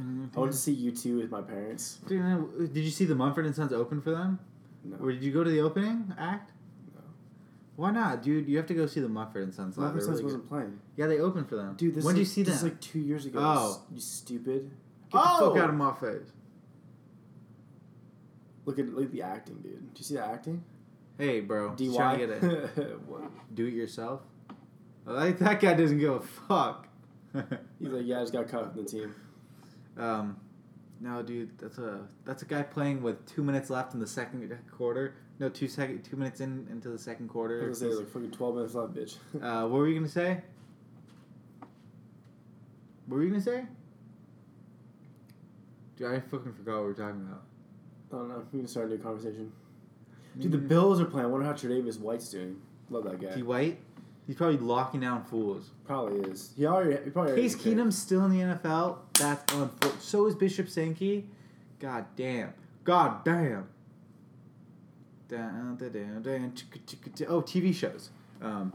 I went to see you two with my parents.
Dude, Did you see the Mumford and Sons open for them?
No.
Or did you go to the opening act?
No.
Why not, dude? You have to go see the Mumford and Sons.
My
live. They're
parents
really
wasn't playing.
good. Yeah, they opened for them.
Dude, this
when
is
did you
like,
see
this
that?
is like two years ago.
Oh.
You stupid.
Get the fuck out of my face.
Look at look at the acting, dude. Do you see the acting?
Hey, bro.
DY.
Just trying to get it.
What?
Do it yourself. Like that guy doesn't give a fuck.
He's like, yeah, I just got cut from the team.
Um, no, dude, that's a that's a guy playing with two minutes left in the second quarter. No, two second, two minutes in into the second
I
quarter.
was gonna say like fucking twelve minutes left, bitch.
Uh, what were you gonna say? What were you gonna say? Dude, I fucking forgot what we were talking about.
I don't know. We can start a new conversation. Dude,
Mm.
the Bills are playing. I wonder how Tre'Davious White's doing. Love that guy.
D White, he's probably locking down fools.
probably is. He already. He probably
Case
already
Keenum's still in the NFL. That's unfortunate. So is Bishop Sankey. God damn. God damn. Dun, dun, dun, dun, chicka, chicka, dun. Oh, TV shows. Um,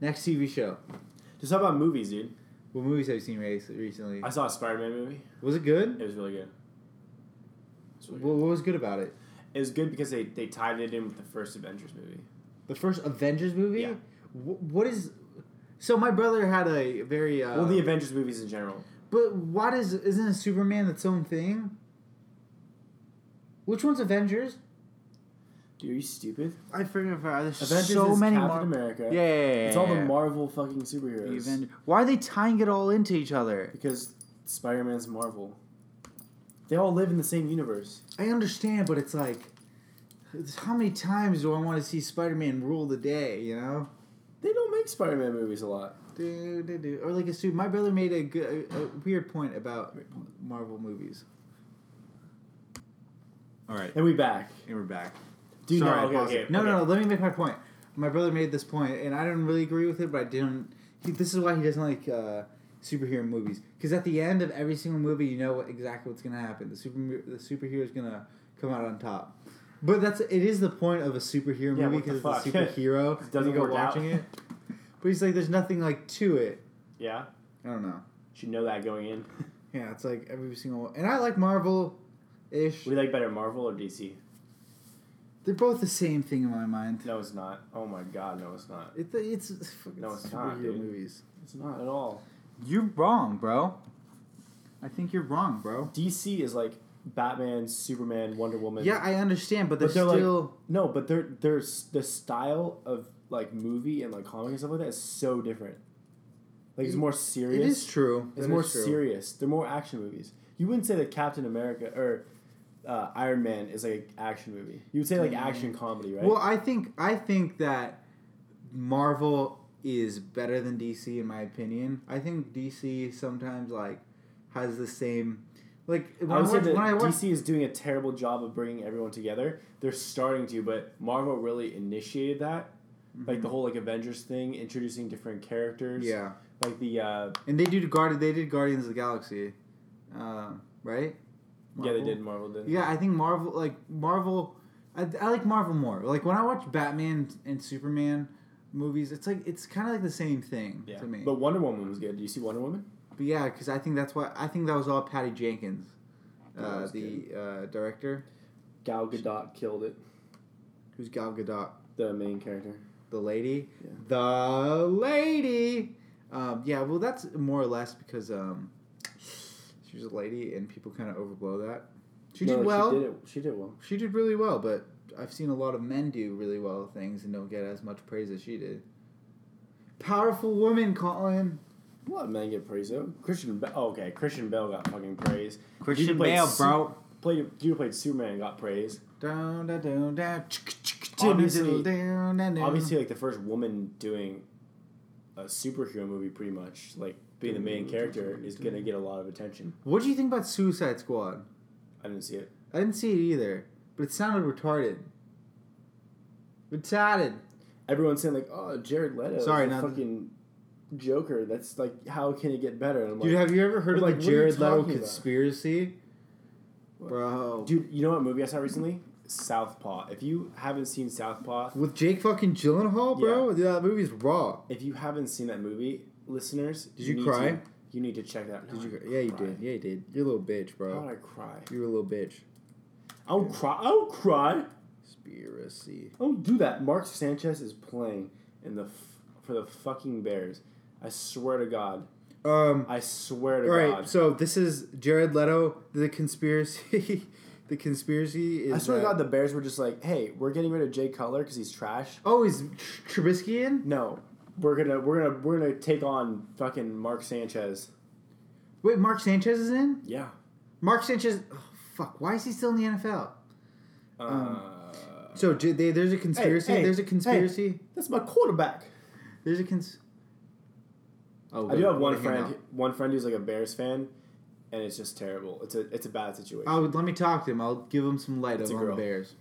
next TV show.
Just talk about movies, dude.
What movies have you seen race- recently?
I saw a Spider-Man movie.
Was it good?
It was really good. It was, really
What,
good.
what was good about it?
It was good because they, they tied it in with the first Avengers movie.
The first Avengers movie?
Yeah.
Wh- what is. So my brother had a very. Uh,
well, the Avengers movies in general.
but why does. Isn't Superman its own thing? Which one's Avengers?
Dude, are you stupid?
I forget. There's
Avengers
so
is
many
Captain
Mar-
America.
Yeah, yeah, yeah,
It's all
yeah.
the Marvel fucking superheroes.
The Avenger- Why are they tying it all into each other?
Because Spider-Man's Marvel. They all live in the same universe.
I understand, but it's like, how many times do I want to see Spider-Man rule the day? You know,
They don't make Spider-Man movies a lot.
do, do, do. or like a suit. My brother made a, good, a, a weird point about Marvel movies. All right,
And we back.
and we're back.
Dude,
Sorry, I
no, okay,
paused
okay,
it. no, no, no.
okay.
Let me make my point. My brother made this point, and I didn't really agree with it, but I didn't. He, this is why he doesn't like uh, superhero movies, because at the end of every single movie, you know what, exactly what's gonna happen. The super the superhero is gonna come out on top. But that's it is the point of a superhero
Yeah,
movie
what the
because it's a
fuck?
superhero.
It
and
doesn't
you go
work out.
watching it. But he's like, there's nothing like to it.
Yeah,
I don't know.
should know that going in.
Yeah, it's like every single. And I like Marvel, ish.
We like better Marvel or DC?
They're both the same thing in my mind.
No, it's not. Oh my god, no, it's not.
It, it's it's fucking
No, it's
superhero
not, dude.
movies.
It's not at all.
You're wrong, bro. I think you're wrong, bro.
DC is like Batman, Superman, Wonder Woman.
Yeah, I understand, but they're,
But they're like-
still.
no, but they're, they're s- the style of like movie and like comic and stuff like that is so different. Like it's more serious.
it is true.
It's
That
more
is true.
serious. They're more action movies. You wouldn't say that Captain America or uh, Iron Man is like an action movie. You would say like action comedy, right?
Mm. Well, I think I think that Marvel is better than DC in my opinion. I think DC sometimes like has the same like when
I
I,
would say
watch,
that
when I watch
DC is doing a terrible job of bringing everyone together. They're starting to, but Marvel really initiated that, like the whole like Avengers thing, introducing different characters.
Mm-hmm. yeah,
like the uh,
and they did guard they did Guardians of the Galaxy, um, right?
yeah they
Marvel?
did Marvel did.
Yeah, I think Marvel, like Marvel, I, I like Marvel more. Like when I watch Batman and Superman movies, it's like it's kind of like the same thing
Yeah.
to me.
But
But,
Wonder Woman was good. Do you see Wonder Woman?
yeah, because I think that's why I think that was all Patty Jenkins,
Yeah, that
uh,
was
the uh, director,
Gal Gadot killed it.
who's Gal Gadot,
The main character.
the the lady, the lady. Um, yeah, well, that's more or less because um, she was a lady, and people kind of overblow that. She
No,
did well.
She did, it, she did well.
She did really well, but I've seen a lot of men do really well things and don't get as much praise as she did. Powerful woman, Colin.
A lot of men get praise though. Christian, Be- oh, okay, Christian Bale got fucking praise.
Christian
Dude who played
Bale,
Su-
bro.
Played dude who played Superman got praise.
Down, down, down, down.
Obviously-
down, down, down.
Obviously, like the first woman doing a superhero movie, pretty much like being the main character, is gonna get a lot of attention.
What do you think about Suicide Squad?
I didn't see it.
I didn't see it either, but it sounded retarded. Retarded.
Everyone's saying like, "Oh, Jared Leto,
Sorry,
is a
not-
fucking Joker." That's like, how can it get better? And I'm like,
Dude, have you ever heard of
But,
like
like, what are you
Jared Leto
talking about?
conspiracy? Bro.
Dude, you know what movie I saw recently? Southpaw. If you haven't seen Southpaw,
With Jake fucking Gyllenhaal, bro? Yeah. that movie's raw.
if you haven't seen that movie, listeners,
Did you
need
cry?
to- you need to check that.
Did you? Yeah, you did. Yeah, you did. You're a little bitch, bro.
How would I cry?
You're a little bitch.
I don't cry. I don't cry.
Conspiracy.
I don't do that. Mark Sanchez is playing in the f- for the fucking Bears. I swear to God.
Um.
I swear to
All right.
Oh God.
So this is Jared Leto. The conspiracy. the conspiracy is. uh,
I swear to
that-
God, the Bears were just like, "Hey, we're getting rid of Jay Cutler because he's trash."
Oh, is Tr- Trubisky in?
No, we're gonna we're gonna we're gonna take on fucking Mark Sanchez.
Wait, Mark Sanchez is in.
Yeah.
Mark Sanchez. Oh, fuck. Why is he still in the NFL?
Uh,
Um, So J- they, there's a conspiracy.
hey,
there's a
hey.
conspiracy.
that's my quarterback.
There's a cons. Oh,
I do
wait,
have one
wait, hang
friend,
on.
one friend who's like a Bears fan, and it's just terrible. It's a it's a bad situation.
I would Oh, let me talk to him. I'll give him some light
It's
up
a
on the
girl.
Bears.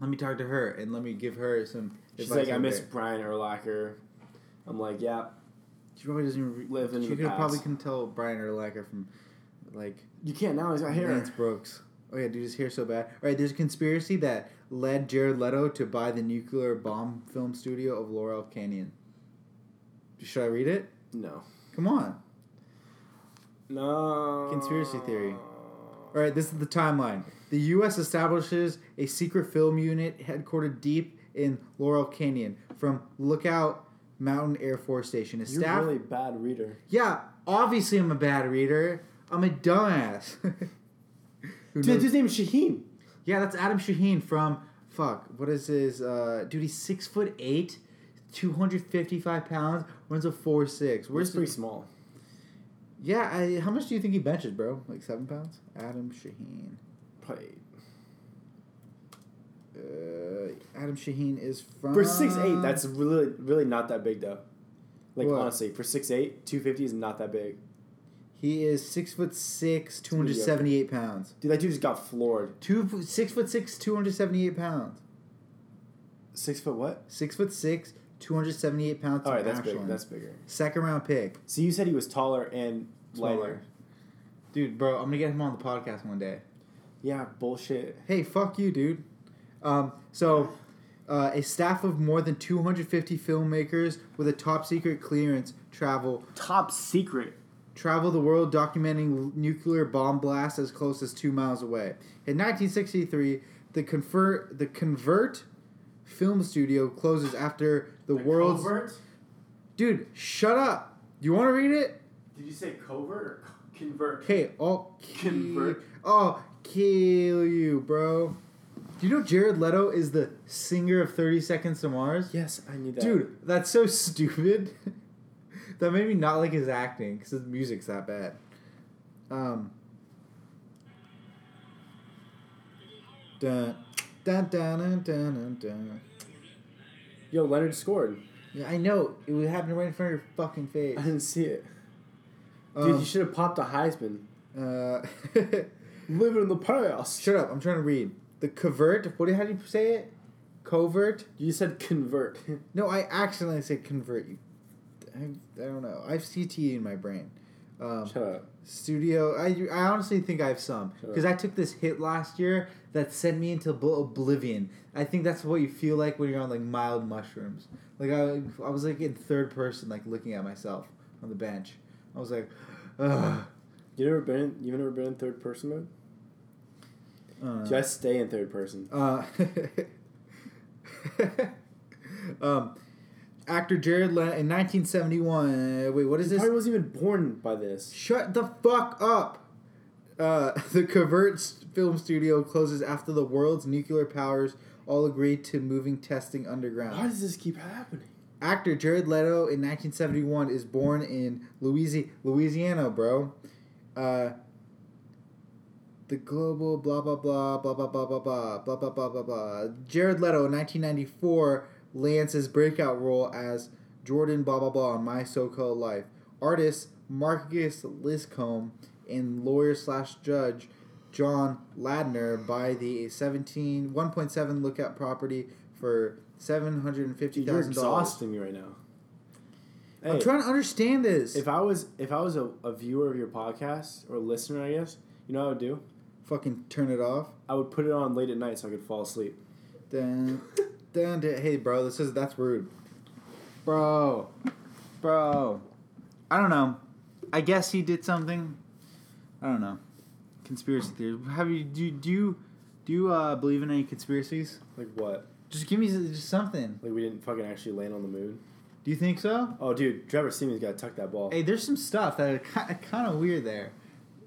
Let me talk to her and let me give her some.
She's
advice
like, I
on
miss
Bears."
Brian Urlacher. I'm like, yeah,
She probably doesn't even re-
Live in
She
the
could probably
past.
can tell Brian Urlacher from like
you can't now. He's got hair.
Lance Brooks. Oh yeah, dude, his hair so bad. All right, there's a conspiracy that led Jared Leto to buy the nuclear bomb film studio of Laurel Canyon. Should I read it?
No,
Come on.
no.
Conspiracy theory. All right, this is the timeline. The U.S. establishes a secret film unit headquartered deep in Laurel Canyon from Lookout Mountain Air Force Station. Is
You're
staff?
really bad reader.
Yeah, obviously I'm a bad reader. I'm a dumbass. Who
Dude,
knows-
his name is Shaheen.
Yeah, that's Adam Shaheen from fuck. What is his? Uh, dude, he's six foot eight, two hundred fifty five pounds, runs a four six.
We're
Where's
pretty
the,
small.
yeah? I, how much do you think he benches, bro? Like seven pounds. Adam Shaheen.
Probably.
Uh, Adam Shaheen is from.
For six eight, that's really really not that big though. Like
What?
honestly, for six eight, two fifty is not that big.
He is six foot six, two hundred seventy eight pounds.
Dude, that dude just got floored.
Two fo- six foot six, two hundred seventy eight pounds.
Six foot what?
Six foot six, two hundred seventy eight pounds.
All right,
from
that's big.
Ashland.
That's bigger.
second round pick.
So you said he was taller and lighter.
Smaller. Dude, bro, I'm gonna get him on the podcast one day.
Yeah, bullshit.
Hey, fuck you, dude. Um, so, uh, a staff of more than 250 filmmakers with a top secret clearance travel
Top secret.
travel the world documenting l- nuclear bomb blasts as close as two miles away. In 1963, the confer the convert film studio closes after the, world's
Covert?
dude. Shut up. You want to read it?
Did you say covert or co- convert?
Okay, I'll ki-
Convert.
I'll kill you, bro. Do you know Jared Leto is the singer of 30 Seconds to Mars?
Yes, I knew that.
Dude, that's so stupid. that made me not like his acting because his music's that bad. Um. Dun, dun, dun, dun, dun, dun, dun.
Yo, Leonard scored.
Yeah, I know. It was happening right in front of your fucking face.
I didn't see it. Dude,
Um,
you should have popped a Heisman.
uh,
Living in the past.
shut up. I'm trying to read. The covert. What? How do you say it? Covert.
You said convert.
No, I accidentally said convert. You. I, I don't know. I have CTE in my brain. Um,
Shut up.
studio. I, I honestly think I have some
Sure.
because I took this hit last year that sent me into bl- oblivion. I think that's what you feel like when you're on like mild mushrooms. Like I, I was like in third person, like looking at myself on the bench. I was like, Ugh.
You never been? You've never been in third person mode?
Uh,
Just stay in third person.
uh, um, actor Jared Leto in 1971. Wait, what is this?
Probably wasn't even born by this.
Shut the fuck up. Uh, the covert s- film studio closes after the world's nuclear powers all agreed to moving testing underground.
Why does this keep happening?
Actor Jared Leto in 1971 is born in Louisi- Louisiana, bro. Uh, the global blah blah blah blah blah blah blah blah blah blah blah blah blah. Jared Leto in 1994 lands his breakout role as Jordan blah blah blah in My So-Called Life. Artists Marcus Liscombe and lawyer slash judge John Ladner buy the 17 1.7 lookout property for seven hundred and fifty
Dude, you're
thousand dollars.
exhausting me right now.
I'm
Hey,
trying to understand this.
if I was if I was a, a viewer of your podcast or a listener, I guess you know what I would do.
Fucking turn it off.
I would put it on late at night so I could fall asleep.
Dun, dun, dun. Hey, bro, this is that's rude, bro, bro. I don't know. I guess he did something. I don't know. Conspiracy theory. Have you do do you do you uh, believe in any conspiracies?
Like what?
Just give me s- just something.
Like we didn't fucking actually land on the moon.
Do you think so?
Oh, dude, Trevor Siemens got to tuck that ball.
Hey, there's some stuff that are kind of weird there.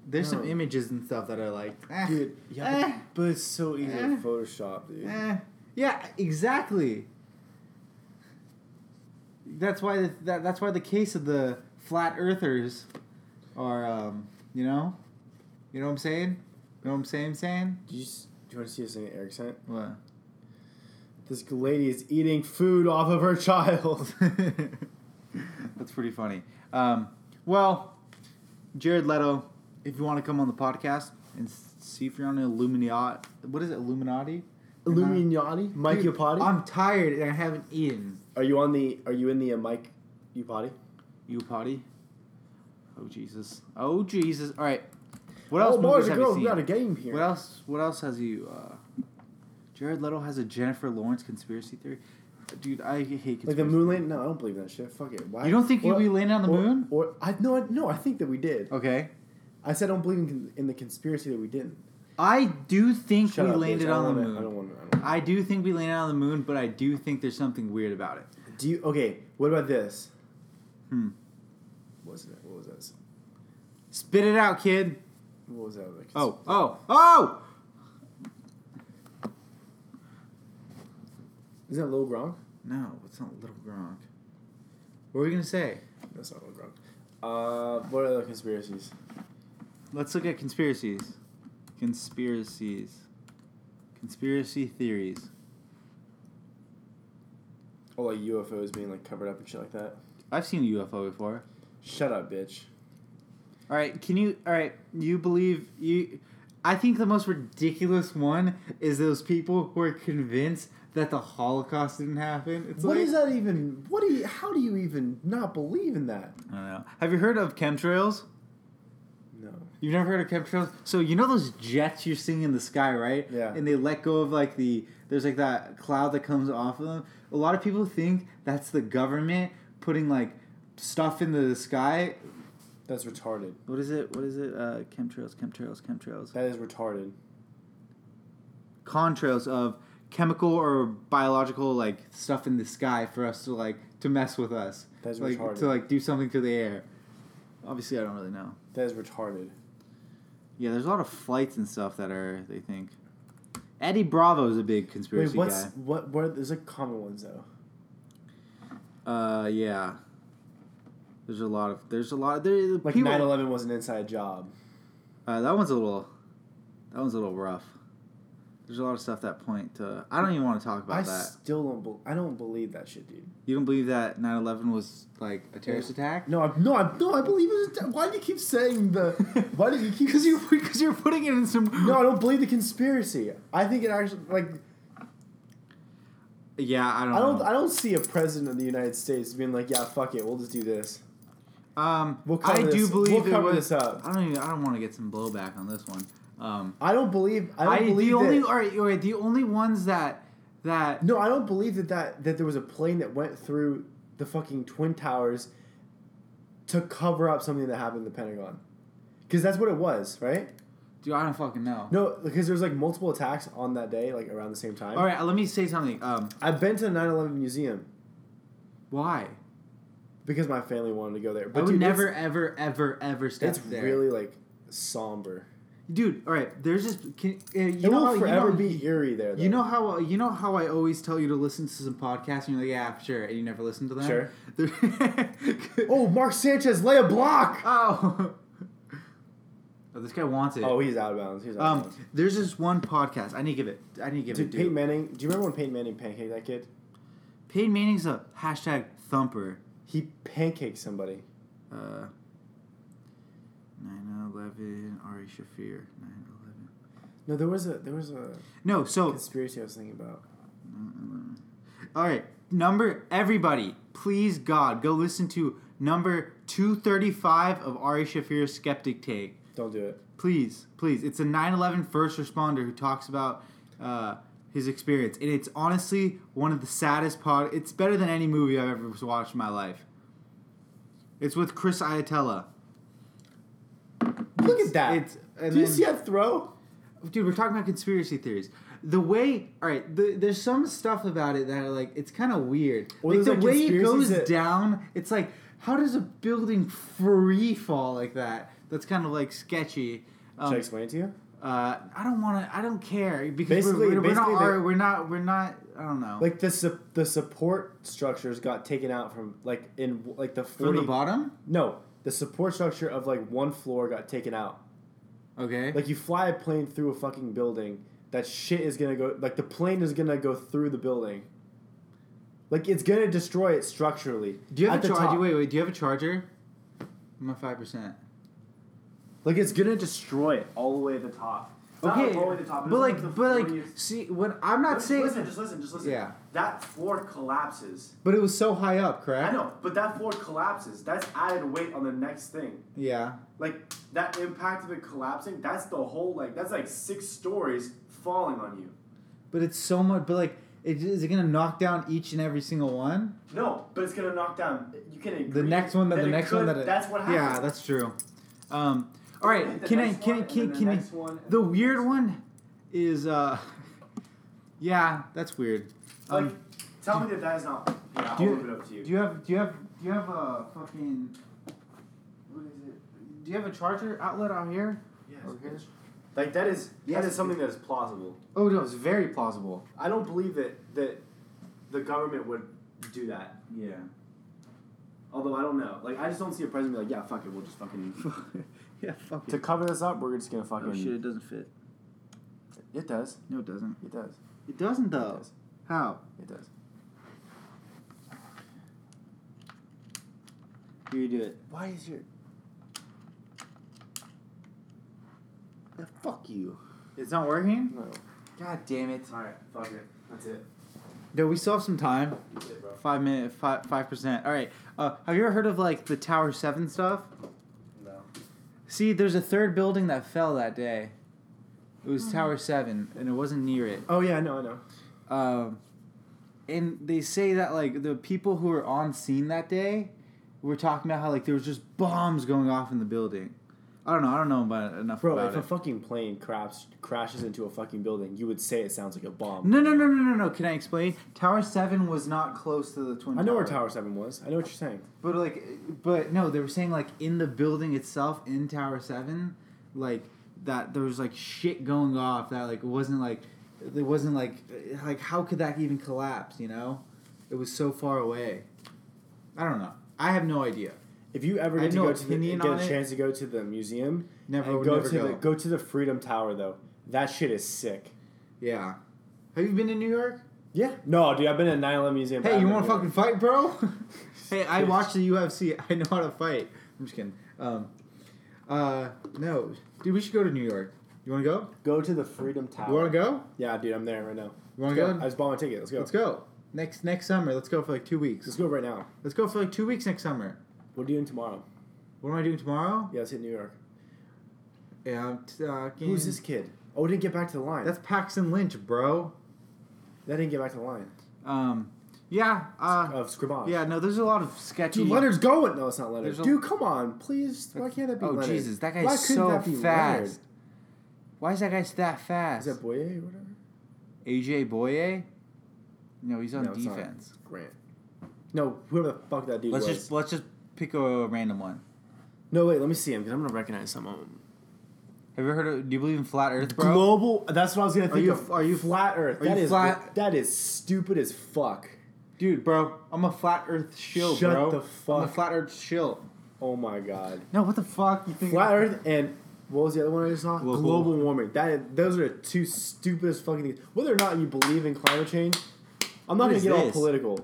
There's
No.
some images and stuff that are like, eh,
dude, yeah,
eh,
but, but it's so easy
Eh.
to Photoshop, dude.
Eh, yeah, exactly. That's why the, that, that's why the case of the flat earthers are um, you know, you know what I'm saying? You know what I'm saying? Saying
Do you, s- do you want to see us in an air accent?
what?
This lady is eating food off of her
Uh-huh.
child.
that's pretty funny. Um, well, Jared Leto, if you want to come on the podcast and s- see if you're on the Illuminati, what is it, Illuminati?
Illuminati, Mike
Dude,
Upati.
I'm tired and I haven't eaten.
Are you on the? Are you in the uh, Mike Upati?
You potty. Oh Jesus. Oh Jesus. All right. What
Oh,
else
boys
movies
and
have
girls, we
you
got
seen?
a game here.
What else? What else has you? Uh, Jared Leto has a Jennifer Lawrence conspiracy theory. Dude, I hate conspiracy.
Like the moon landing? No, I don't believe that shit. Fuck it. Why?
You don't think
Or-
we landed on the
or-
moon? Oh.
Or I no, I, no, I think that we did.
Okay.
I said I don't believe in, con- in the conspiracy that we didn't.
I do think we
up, bitch.
landed
I
on
don't
the
wanna-
moon.
I don't want. I don't
I, do think we landed on the moon, but I do think there's something weird about it.
want. Do you? Okay. What about this?
Hmm.
What was that? What was that?
Spit it out, kid.
What was that? Like,
Oh, oh, oh!
is that Lil Gronk?
No, it's not Little Gronk. What were we gonna say?
That's not Lil Gronk. Uh, what other conspiracies?
Let's look at conspiracies. Conspiracies. Conspiracy theories.
Oh, like UFOs being like covered up and shit like that.
I've seen a UFO before.
Shut up, bitch.
All right, can you all right, you believe you I think the most ridiculous one is those people who are convinced that the Holocaust didn't happen. It's
What
like
is that even? What do you? How do you even not believe in that?
I don't know. Have you heard of chemtrails?
No.
You've never heard of chemtrails? So you know those jets you're seeing in the sky, right?
Yeah.
And they let go of like the there's like that cloud that comes off of them. A lot of people think that's the government putting like stuff into the sky.
That's retarded.
What is it? What is it? Uh, chemtrails, chemtrails, chemtrails.
That is retarded.
Contrails of chemical or biological like stuff in the sky for us to like to mess with us.
That's
like
retarded.
to like do something to the air. Obviously, I don't really know.
That is retarded.
Yeah, there's a lot of flights and stuff that are they think. Eddie Bravo's a big
Wait,
conspiracy
what's
guy.
what? What? Are, there's like common ones though.
Uh, yeah. There's a lot of there's a lot of there
Like
people-
9/11 was an inside job.
Uh, that one's a little, that one's a little rough. There's a lot of stuff that point to. I don't even want to talk
I
about that.
still don't. Be- I don't believe that shit, dude.
You don't believe that 9/11 was like a terrorist attack?
No, I, no, I, no. I believe it. Was, why do you keep saying the? Why do you keep?
because you because you're putting it in some.
No, I don't believe the conspiracy. I think it actually like
Yeah, I don't.
I don't.
know.
I don't see a president of the United States being like, yeah, fuck it, we'll just do this.
um,
We'll cover
I do
this-
believe
we'll
it
cover
was.
this up.
I don't. Even, I don't want to get some blowback on this one. Um,
I don't believe. I
I,
don't believe
the
that,
only all right, all right, the only ones that that
No, I don't believe that, that that there was a plane that went through the fucking twin towers to cover up something that happened in the Pentagon. Because that's what it was, right?
dude, I don't fucking know.
No, because there was like multiple attacks on that day, like around the same time.
All right, let me say something. Um,
I've been to the 9/11 museum.
Why?
because my family wanted to go there. But
I would
dude,
never, ever, ever, ever step
It's, it's
there.
really like somber.
dude. All right, there's just can, uh, you
it
know
will
how- you
forever
know-
be eerie there. Though.
You know how you know how I always tell you to listen to some podcasts, and you're like, yeah, sure, and you never listen to them.
Sure.
They're-
Oh, Mark Sanchez lay a block.
oh. Oh, this guy wants it.
Oh, he's out of bounds. He's out of
Um,
bounds.
there's this one podcast. I need to give it. I need to give
Dude,
it. due.
Peyton Manning. Do you remember when Peyton Manning pancaked that kid?
Peyton Manning's a hashtag thumper.
He pancaked somebody.
Uh, 9-11, Ari Shafir, 9-11.
No, there was a there was a
No, so
conspiracy I was thinking about.
all right, number everybody, please God, go listen to number two thirty five of Ari Shafir's skeptic take.
Don't do it.
Please, please, it's a 9-11 first responder who talks about uh, his experience, and it's honestly one of the saddest pod. It's better than any movie I've ever watched in my life. It's with Chris Iatella.
Look at that.
It's um, and
do you
then-
see that throw?
dude we're talking about conspiracy theories the way all right the, there's some stuff about it that are like it's kind of weird
Well,
like
there's,
the
like,
way it
conspiracies
goes
that-
down it's like how does a building free fall like that that's kind of like sketchy
Should I
um,
explain it to you?
uh, I don't want to. I don't care because
Basically-
we're, we're, we're not.
basically
ar-
they-
we're not. We're not. I don't know.
Like the su- the support structures got taken out from like in like the
from
forty
the bottom.
No, the support structure of like one floor got taken out.
Okay.
Like you fly a plane through a fucking building, that shit is gonna go. Like the plane is gonna go through the building. Like it's gonna destroy it structurally.
do you have
at
a
the top.
charger? Wait, wait. Do you have a charger? I'm at five percent.
Like it's gonna just.
Destroy it all the way at the top. It's not
Okay,
all the way at the top,
but
it's
like,
the
but like,
40th
see, when I'm not
Just
saying,
Listen, just listen, just listen.
Yeah.
That floor collapses.
but it was so high up, correct?
I know, but that floor collapses. That's added weight on the next thing.
Yeah.
Like that impact of it collapsing. That's the whole like. That's like six stories falling on you.
But it's so much. But like, it, is it gonna knock down each and every single one?
No, but it's gonna knock down. You can agree.
The next one, that the
it
next one,
could-
that it,
That's what happens.
Yeah, that's true. Um, all
Hit
right.
the
Can I?
next
Can I?
one, and
Can
then
can
the
I?
next one, and
The
then the
weird
next
one is. uh Yeah, that's weird.
Like,
Um,
tell me that that is not. Yeah, I'll
do you-
leave it up to you.
do you have? Do you have? Do you have a fucking? What is it? Do you have a charger outlet out here?
Yes,
Over here?
bitch. Like that is
Yes,
that is something that is plausible.
Oh no, it's very plausible.
I don't believe that that the government would do that.
Yeah.
Although I don't know. Like I just don't see a president be like, yeah, fuck it, we'll just fucking.
yeah. Fuck
to cover this up, we're
Oh,
just gonna fucking.
it doesn't fit.
It does.
No, it doesn't.
It does.
It doesn't
It
though.
does.
How?
It does.
Here you do it.
Why is your? fuck you.
It's not working?
No.
God damn it.
All right. Fuck it. That's it.
No, we still have some time.
That's it, bro.
Five minute, five five percent. All right. Uh, have you ever heard of like the Tower Seven stuff?
No.
See, there's a third building that fell that day. It was
Mm-hmm.
Tower Seven, and it wasn't near it.
Oh yeah, I know, I know.
Um, and they say that like the people who were on scene that day were talking about how like there was just bombs going off in the building. I don't know. I don't know about enough
Bro,
about
if a
it.
fucking plane craps, crashes into a fucking building, you would say it sounds like a bomb.
no, no, no, no, no, no. Can I explain? Tower Seven was not close to the twin.
I know where
Towers.
Tower Seven was. I know what you're saying.
But like, but no, they were saying like in the building itself, in Tower Seven, like that there was like shit going off that like wasn't like, it wasn't like like how could that even collapse? You know, it was so far away. I don't know. I have no idea.
If you ever
I have
get to
no
go to the,
opinion
get
on
a
it.
chance to go to the museum,
Never I
and
would
go
never
to
go.
the go to the Freedom Tower though. That shit is sick.
yeah. Have you been to New York?
Yeah. No, dude, I've been at 9/11 museum. but
Hey,
I've
you
been
want to
there.
fucking fight, bro? hey, I watched the UFC. I know how to fight. I'm just kidding. Um, uh, no, dude, we should go to New York. You want to go?
go to the Freedom Tower?
You want to go?
Yeah, dude, I'm there right now.
You want to
Let's
go?
I just bought my ticket. Let's go.
Let's go. Next next summer, let's go for like two
Let's
weeks.
go right now.
Let's go for like two weeks next summer.
What are you doing tomorrow?
What am I doing tomorrow?
Yeah, let's hit New York.
Yeah, I'm talking.
Who's this kid? Oh, we didn't get back to the line.
That's Paxton Lynch, bro.
that didn't get back to the line.
Um, yeah, uh,
Of Scribon.
yeah. No, there's a lot of sketchy.
Dude, Leonard's going. No, it's not Leonard.
There's a-
Dude, come on, please. Why can't that be
oh
Leonard?
Jesus, that
Why
guy's
couldn't
so
that be
fast.
Leonard?
Why is that guy that fast?
Is that Boye or whatever?
AJ Boye? No, he's on
No, it's not.
defense.
Grant. No, whoever the fuck that dude
Let's
was.
just let's just pick a random one.
no, wait, let me see him because I'm gonna recognize some of them.
Have you heard of? Do you believe in flat Earth, bro?
Global. That's what I was gonna think
you-
of.
are you-
flat Earth?
are you
That is
flat-
that is stupid as fuck.
Dude, bro, I'm a flat Earth shill,
Shut
bro.
the
I'm a
fuck.
flat Earth shill.
Oh my god.
No, what the fuck you think?
Flat Earth and what was the other one I just saw?
Global.
Global, warming. That is, those are the two stupidest fucking things. Whether or not you believe in climate change, I'm not
What
gonna
is
get all
this?
political.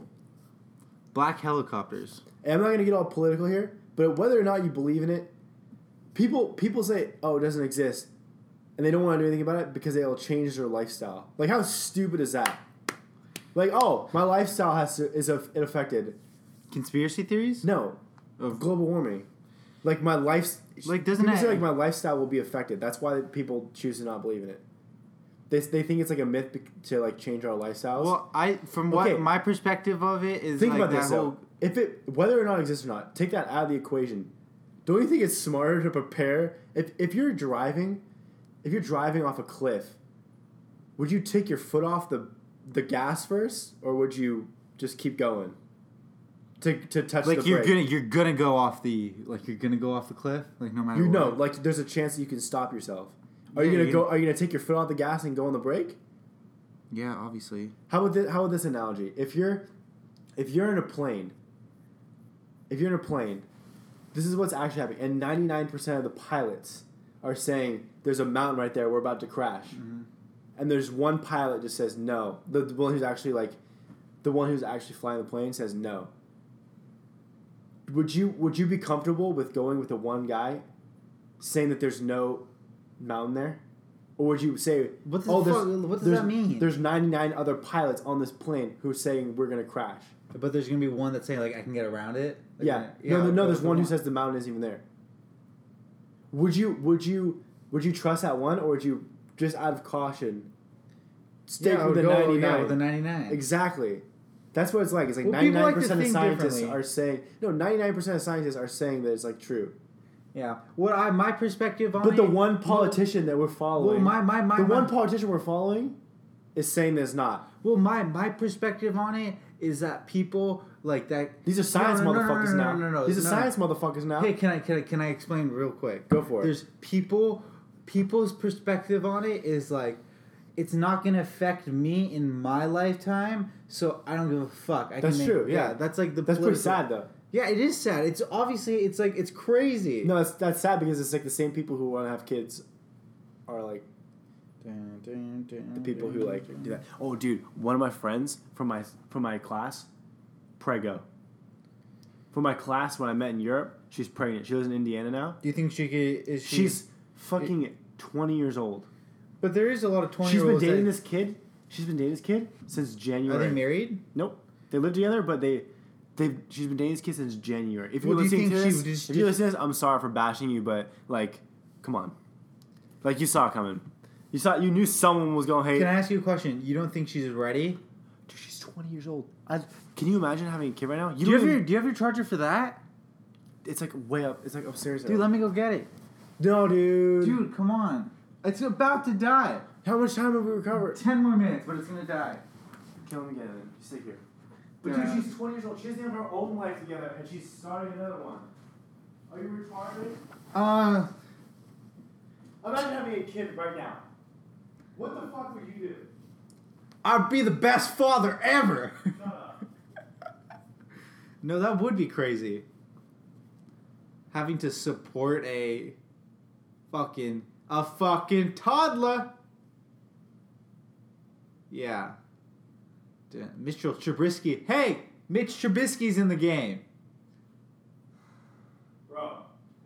Black helicopters.
And I'm not gonna get all political here, but whether or not you believe in it, people people say, "Oh, it doesn't exist," and they don't want to do anything about it because they'll change their lifestyle. Like, how stupid is that? Like, oh, my lifestyle has to is aff- it affected?
Conspiracy theories?
No,
Of-
global warming. Like my life's
Like, doesn't
people say
it-
like my lifestyle will be affected? That's why people choose to not believe in it. They, they think it's like a myth bec- to like change our lifestyles.
Well, I from what
Okay.
my perspective of it is
Think
like
about
that
this
whole
though. If it whether or not it exists or not, take that out of the equation. Don't you think it's smarter to prepare? If if you're driving, if you're driving off a cliff, would you take your foot off the the gas first, or would you just keep going? To, to touch
like
the
you're
brake?
gonna you're gonna go off the like you're gonna go off the cliff like no matter
you
what.
know like there's a chance that you can stop yourself. Are
Yeah,
you gonna
you-
go? Are you gonna take your foot off the gas and go on the brake?
yeah obviously
How would this, how would this analogy? If you're if you're in a plane, if you're in a plane, this is what's actually happening, and ninety nine percent of the pilots are saying there's a mountain right there, we're about to crash,
Mm-hmm.
and there's one pilot just says no. The, the one who's actually like the one who's actually flying the plane says no. Would you would you be comfortable with going with the one guy saying that there's no mountain there? Or would you say
What the
oh, there's-
fuck- what does
there's-
that mean?"
There's 99 other pilots on this plane who are saying we're gonna crash.
but there's gonna be one that's saying like I can get around it Like,
yeah. no, no, no. There's one who says the mountain isn't even there. Would you would you would you trust that one or would you just out of caution stick
yeah, I would
with the
go, yeah,
99?
with the 99
Exactly. That's what it's like. It's like
Well,
ninety
people like
nine
to
percent of
think
scientists
differently.
are saying no. Ninety nine percent of scientists are saying that it's like true.
yeah what I my perspective on
But the
it-
one
well,
politician that we're following,
my- my- my-
the
my-
one politician we're following, is saying that it's not.
Well, my my perspective on it is that people like that.
These are science
No, no, no, no, no,
motherfuckers now.
No, no, no.
These are
no.
science motherfuckers now.
Hey, can I can I can I explain real quick?
Go for it.
There's people people's perspective on it is like it's not gonna affect me in my lifetime, so I don't give a fuck. I
That's
can make,
true, yeah.
that's like the
that's pretty
political-
sad though.
Yeah, it is sad. It's obviously it's like it's crazy.
No, that's that's sad because it's like the same people who want to have kids are like
the
the people who like do that. Oh, dude, one of my friends from my from my class, prego. From my class when I met in Europe, she's pregnant. She lives in Indiana now.
Do you think she could? Is she,
She's fucking twenty years old.
But there is a lot of twenty.
She's
year
been
olds
dating
that,
this kid. She's been dating this kid since
Are
January.
they married?
Nope. They live together, but they they she's been dating this kid since January. If you're
Well, do you
listening
think she
to this,
would just-
if you're listening to this, I'm sorry for bashing you, but like, come on, like you saw it coming. You saw you knew someone was gonna hate.
Can I ask you a question? You don't think she's ready?
Dude, she's 20 years old. I, can you imagine having a kid right now? You
Do you
don't
have your
even,
Do you have your charger for that?
it's like way up. It's like upstairs.
Dude, let me go get it.
no, dude.
Dude, come on. It's about to die.
how much time have we recovered?
Ten more minutes, but it's gonna die.
Kill him again. You sit here.
Yeah.
20 years old. She doesn't have her own life together, and she's starting another one. Are you retarded?
Uh,
Imagine having a kid right now. What the fuck would you do?
I'd be the best father ever. no, that would be crazy. Having to support a fucking a fucking toddler. Yeah. D- Mitchell Trubisky. Hey, Mitch Trubisky's in the game.
Bro,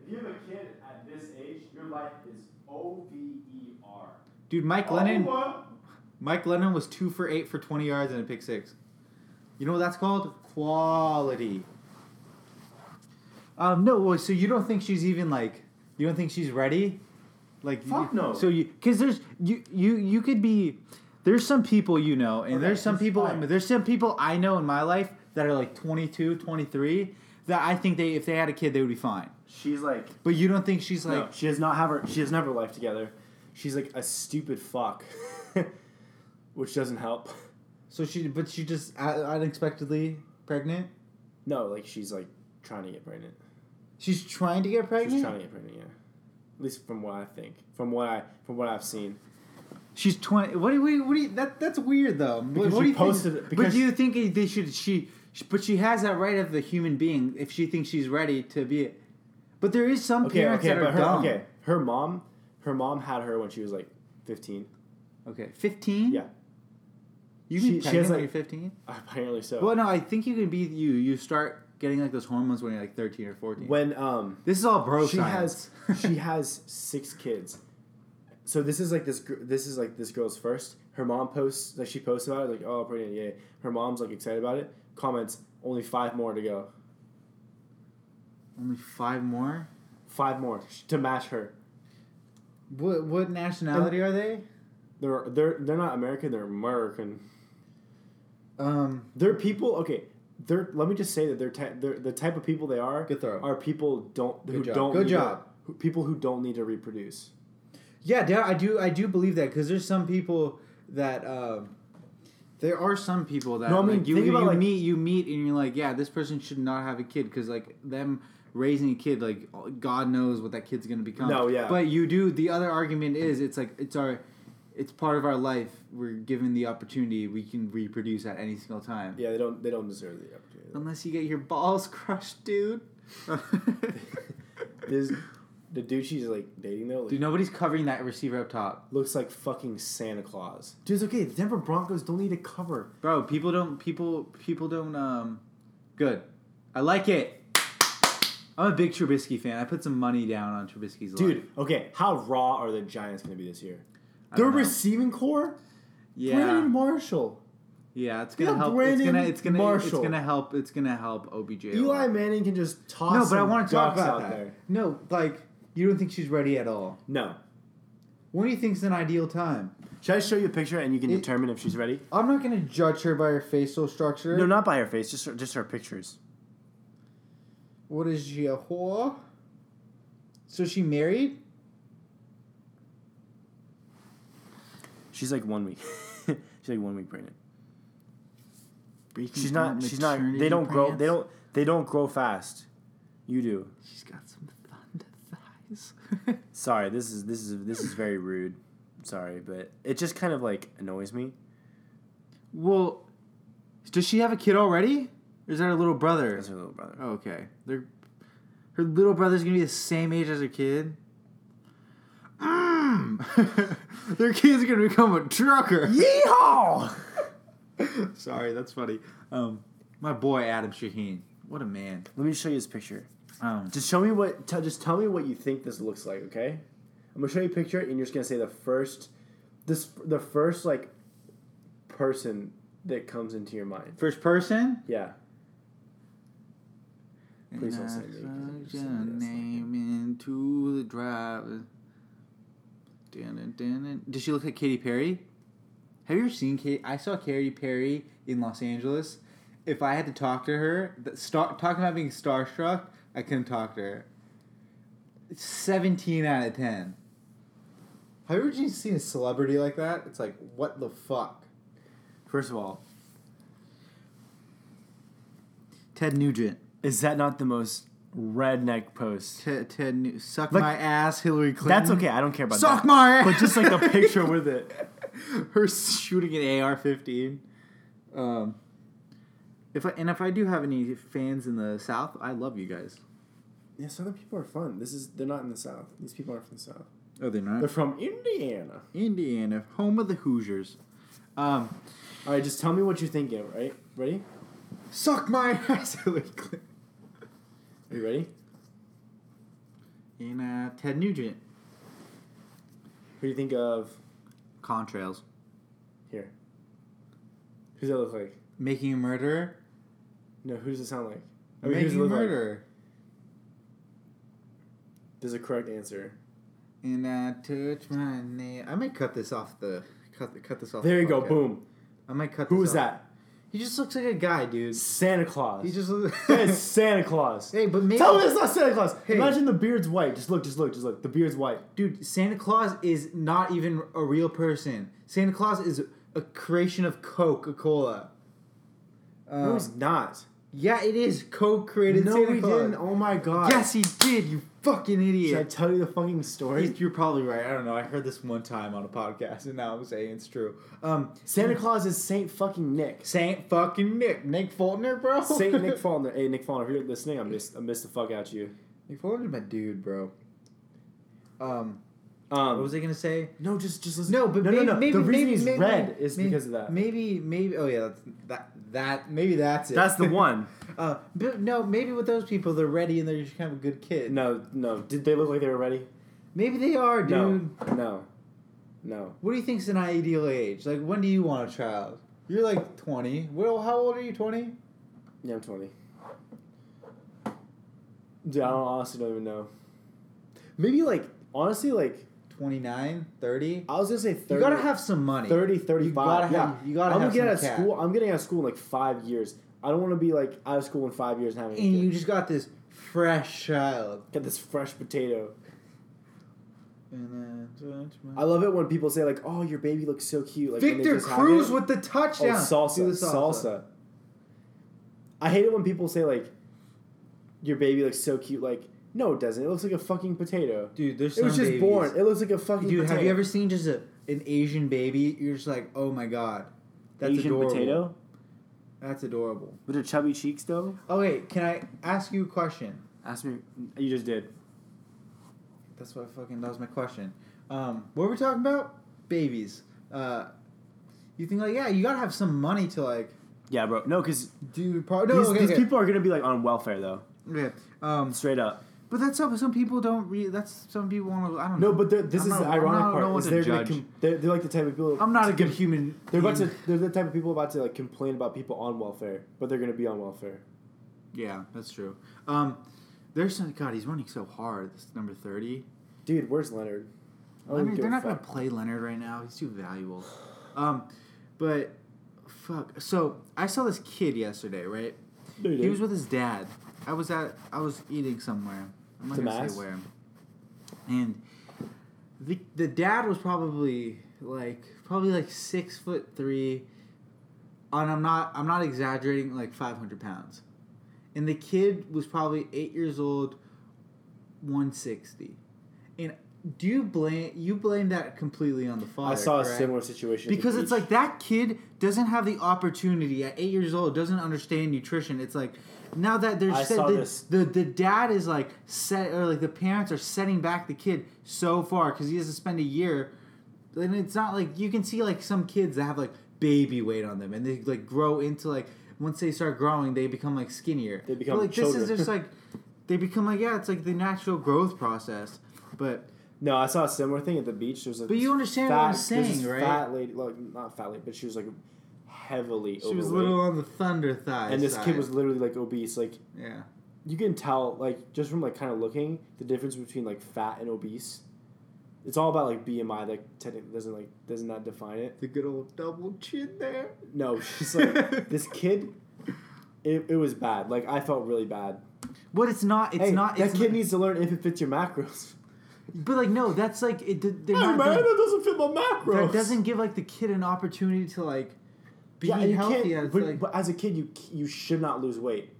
if you have a kid at this age, your life is O V E R.
Dude, Mike Lennon. Mike Lennon was two for eight for 20 yards and a pick six. You know what that's called? Quality. Um, no, well, so you don't think she's even like, you don't think she's ready? Like,
Fuck
you-
no.
So you, because there's you, you, you could be. There's some people you know, and
Okay,
there's some
that's
people.
fine.
There's some people I know in my life that are like 22, 23, that I think they, if they had a kid, they would be fine.
She's like,
But you don't think she's like,
no, she does not have her. She doesn't have her life together. She's like a stupid fuck, which doesn't help.
so she, but she just uh, unexpectedly pregnant.
No, like she's like trying to get pregnant.
She's trying to get pregnant.
She's trying to get pregnant. Yeah, at least from what I think, from what I from what I've seen.
She's twenty. What do you? What do you? What do you that, that's weird though. What-
Because
what
she
do you
posted
think,
it- because-
but do you think they should? She, she. But she has that right of the human being if she thinks she's ready to be. it. But there is some
Okay,
parents
okay,
that are
but her
dumb.
okay, her mom, her mom had her when she was like fifteen.
Okay, fifteen.
Yeah,
you can
She-
be
she
pregnant
has,
when
like-
you're fifteen.
apparently so.
Well, no, I think you can be you. You start getting like those hormones when you're like thirteen or fourteen.
When um,
this is all bro
she
science.
has she has six kids. So this is like this gr- this is like this girl's first. Her mom posts like she posts about it like oh pregnant yay. Her mom's like excited about it. Comments only five more to go.
only five more.
Five more to match her.
What what nationality are they?
They're they're they're not American. They're American.
Um,
They're people. Okay, they're. Let me just say that they're, ty- they're the type of people they are.
Good throw.
Are people don't who
job.
don't
Good
need to-
job.
who, people who don't need to reproduce.
yeah, da- I do. I do believe that because there's some people that. Um, there are some people that
No, I mean,
like, you,
think
you,
about,
you
like-
meet you meet and you're like yeah this person should not have a kid because like them raising a kid like God knows what that kid's gonna become.
No, yeah.
But you do the other argument is it's like it's our it's part of our life. We're given the opportunity we can reproduce at any single time.
Yeah, they don't. They don't deserve the opportunity.
Unless you get your balls crushed, dude.
This, the dude she's like dating though like,
Dude, nobody's covering that receiver up top,
looks like fucking Santa Claus. Dude's okay. The Denver Broncos don't need a cover.
bro. People don't. People. People don't. Um, good. I like it. I'm a big Trubisky fan. I put some money down on Trubisky's.
Dude,
life.
okay. How raw are the Giants going to be this year?
I
Their
don't know.
receiving core.
yeah,
Brandon Marshall.
yeah. It's gonna
Yeah,
help.
Brandon
it's gonna. It's gonna.
Marshall.
It's gonna help. It's gonna help OBJ. a
Eli
lot.
Manning can just toss.
No, but I
want to
talk
out
about that.
There.
No, like you don't think she's ready at all.
No.
When do you think's an ideal time?
Should I show you a picture and you can
It-
determine if she's ready?
I'm not gonna judge her by her facial structure.
No, not by her face, just her, just her pictures.
What is she a whore? So she married?
She's like one week. she's like one week pregnant. She's not. She's not. They don't grow. They don't. They don't grow fast. You do.
She's got some thunder thighs.
Sorry. This is this is this is very rude. Sorry, but it just kind of like annoys me.
well, does she have a kid already? Or is that her little brother?
That's her little brother.
Oh, okay. They're, her little brother's gonna be the same age as her kid. Mm. Their kid's gonna become a trucker.
Yeehaw!
Sorry, that's funny. Um, my boy Adam Shaheen, what a man.
Let me show you this picture.
Um,
Just show me what. T- just tell me what you think this looks like. Okay, I'm gonna show you a picture, and you're just gonna say the first, this the first like person that comes into your mind.
first person.
Yeah. Please
And
don't
I
say me, 'cause I'm
plugged
just
your
gonna guess like
name into the driver. Dun, dun, dun, dun. Does she look like Katy Perry? Have you ever seen Katy? I saw Katy Perry in Los Angeles. If I had to talk to her, that star- talking about being starstruck, I couldn't talk to her. It's 17 out of 10. Have you ever seen a celebrity like that? It's like, what the fuck?
First of all,
Ted Nugent.
is that not the most redneck post?
Ted, Ted Nu- Suck
Like-
my ass, Hillary Clinton.
That's okay. I don't care about
Suck
that.
my ass!
But just like the picture with it.
her shooting an AR-15. Um, if I, and if I do have any fans in the South, I love you guys.
Yeah, southern people are fun. This is they're not in the south. These people aren't from the south.
Oh, they're
They're
not
from Indiana.
Indiana, home of the Hoosiers. Um,
All right, just tell me what you're thinking. Right? Ready?
suck my ass, Hillary Clinton.
Are you ready?
And uh, Ted Nugent,
Who do you think of?
contrails,
Here. Who does that look like?
making a murderer,
No, who does it sound like? who does it
making a
look like?
murderer.
There's a correct answer.
And I touch my nail. I might cut this off the cut. Cut this off.
There
the
you go.
podcast.
Boom.
I might cut.
Who
this
was
off.
that?
He just looks like a guy, dude.
Santa Claus.
He just looks.
That's Santa Claus.
hey, but maybe
Tell me it's not Santa Claus.
Hey.
Imagine the beard's white. Just look, just look, just look. The beard's white.
Dude, Santa Claus is not even a real person. Santa Claus is a creation of Coca Cola.
no, he's not.
Um, Yeah, it is co-created
no,
Santa
we
Claus.
didn't. Oh my god.
Yes, he did. You fucking
Should I
idiot.
tell you the fucking story?
You're probably right. I don't know. I heard this one time on a podcast, and now I'm saying it's true. Um,
Santa Claus is Saint fucking Nick.
Saint fucking Nick, Nick Fultner, bro.
Saint Nick Faulkner. Hey Nick Faulkner, if you're listening, I miss I miss the fuck out you.
Nick Fultner's my dude, bro. Um,
Um,
what was I gonna say?
No, just just listen.
No, but
no,
maybe,
no, no.
maybe
the reason
maybe,
he's
maybe-
red is
maybe-
because of that.
Maybe, maybe. Oh yeah, that's, that that maybe that's it.
That's the one.
uh, but no, maybe with those people, they're ready and they're just kind of a good kid.
No, no. Did they look like they were ready?
Maybe they are, dude.
No, no, no.
What do you think's an ideal age? Like, when do you want a child? You're like twenty. Well, how old are you? Twenty?
Yeah, I'm twenty. Dude, I don't, honestly don't even know. Maybe like honestly, like
29? 30?
I was gonna say thirty.
You gotta have some money.
30, 35.
You gotta have.
yeah.
You gotta
I'm
have
gonna get out
some
of
cash.
school. I'm getting out of school in like five years. I don't want to be like out of school in five years and having. a
And
kid.
you just got this fresh child.
get this fresh potato.
And then
I love it when people say like, "Oh, your baby looks so cute." Like when they
Victor
just have
Cruz
it.
with the
Oh,
touchdown. Do
salsa,
the
salsa, I hate it when people say like, "Your baby looks so cute." Like, no, it doesn't. It looks like a fucking potato.
Dude, there's
it was
some
just
babies-
born. It looks like a fucking.
Dude,
potato.
have you ever seen just a, an Asian baby? You're just like, oh my god, that's
Asian
adorable.
potato
That's adorable.
with her chubby cheeks though?
Oh wait, can I ask you a question?
Ask me. You just did.
That's what I fucking that was my question. Um, what were we talking about? Babies. Uh, you think like yeah, you gotta have some money to like
Yeah, bro. No, because
do. Pro- no, okay, okay.
are gonna be like on welfare though,
Okay, Um,
straight up.
but that's some some people don't read. That's some people want to. I don't know.
No, but they're- this
I'm
is
not-
the
I'm not-
ironic
I don't
part.
know
Is
what to
they're, gonna
judge.
com- they're they're like the type of people.
I'm not a good human.
They're about to.
being.
They're the type of people about to like complain about people on welfare, but they're gonna be on welfare.
Yeah, that's true. Um, there's some, God. He's running so hard. This number thirty.
Dude, where's Leonard? I don't
Leonard,
give
they're
a
not going
fuck.
to play Leonard right now. He's too valuable. Um, but fuck. So I saw this kid yesterday, right?
No, you
He was
didn't.
with his dad. I was at. I was eating somewhere. I'm not
Some
gonna
ass?
say where. And the the dad was probably like probably like six foot three, and I'm not I'm not exaggerating like 500 pounds, and the kid was probably eight years old, 160, and do you blame you blame that completely on the father?
I saw a
correct?
similar situation at the
because it's
beach.
like that kid doesn't have the opportunity at eight years old doesn't understand nutrition it's like now that
I
there's
saw this.
the, the the dad is like set or like the parents are setting back the kid so far because he has to spend a year and it's not like you can see like some kids that have like baby weight on them and they like grow into like once they start growing they become like skinnier
They become
but, like this
children.
is just like they become like yeah it's like the natural growth process but
No, I saw a similar thing at the beach. There was like
But
this
you understand
fat,
what I'm
there was this
saying, right?
Fat lady, like not fat lady, but she was like heavily
she
overweight.
was a little on the thunder thigh
and this
side.
kid was literally like obese. Like
yeah
you can tell, like just from like kind of looking, the difference between like fat and obese. It's all about like BMI. Like technically doesn't like doesn't that define it?
the good old double chin there.
No, she's like this kid. It, it was bad. Like I felt really bad.
But it's not. It's
hey,
not.
that
It's
kid
not-
needs to learn if it fits your macros.
But like, no, that's like it. They're
Hey
not,
man,
they're-
that doesn't fit my macros.
that doesn't give like the kid an opportunity to like be
Yeah, and you
healthy.
can't.
as,
But,
like,
but as a kid, you c- you should not lose weight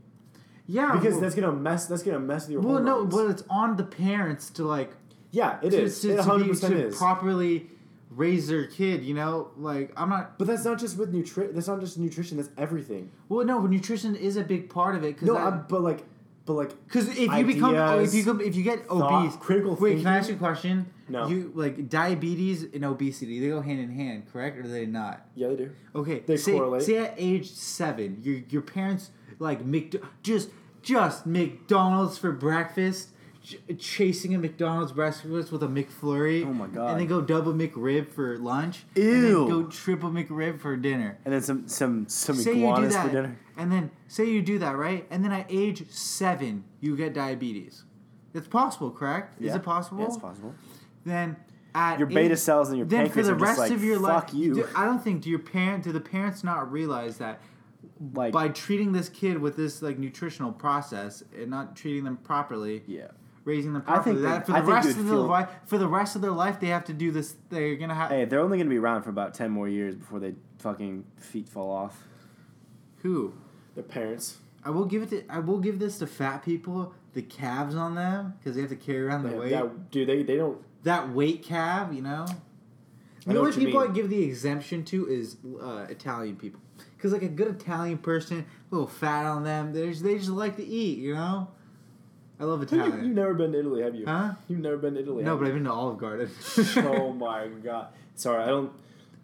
yeah,
because
well,
that's gonna mess. That's gonna mess with your
well, no,
hormones.
but it's on the parents to like
yeah, it
to,
is.
to,
It
to,
100
be,
percent
to
is.
properly raise their kid. You know, like I'm not.
but that's not just with nutrition. That's not just nutrition. That's everything.
Well, no, nutrition is a big part of it. Cause
No,
I-
I'm, but like, but like,
Because if you become, oh, if
Ideas,
you become, if you get
thought,
obese,
critical
Wait, can I ask
thinking?
you a question?
No.
You like diabetes and obesity? They go hand in hand, correct, or do they not?
yeah, they do.
Okay.
They
say,
correlate.
Say at age seven, your your parents like Mc, just just McDonald's for breakfast. ch- Chasing a McDonald's breakfast with a McFlurry.
Oh my God.
And then go double McRib for lunch. And
Ew.
then go triple McRib for dinner
And then some some some
say you do that, and then say you do that, right? And then at age seven, you get diabetes. It's possible, correct? Is it possible?
possible.
Then at
Your beta
age-
cells and your
then for
pancreas
the
are just
rest
like,
of your
"Fuck
life.
you."
do- I don't think do your parent do the parents not realize that
Like,
by treating this kid with this like nutritional process and not treating them properly,
yeah.
raising them
I think
properly, that
they-
for
I
the
think
rest
you'd
of their
feel-
life, for the rest of their life, they have to do this. They're gonna have
Hey, they're only gonna be around for about ten more years before they fucking feet fall off.
who?
Their parents.
I will give it. To, I will give this to fat people. The calves on them because they have to carry around the
Yeah,
weight. That,
that, dude, they, they don't.
weight calf, you know.
I
The
know
only
what you
people I
mean.
give the exemption to is uh, Italian people, because like a good Italian person, a little fat on them, they just, they just like to eat, you know. I love
You,
Italian.
have never been to Italy, have you?
Huh?
You've never been to Italy.
No,
have
but
you?
I've been to Olive Garden.
oh my god! Sorry, I don't.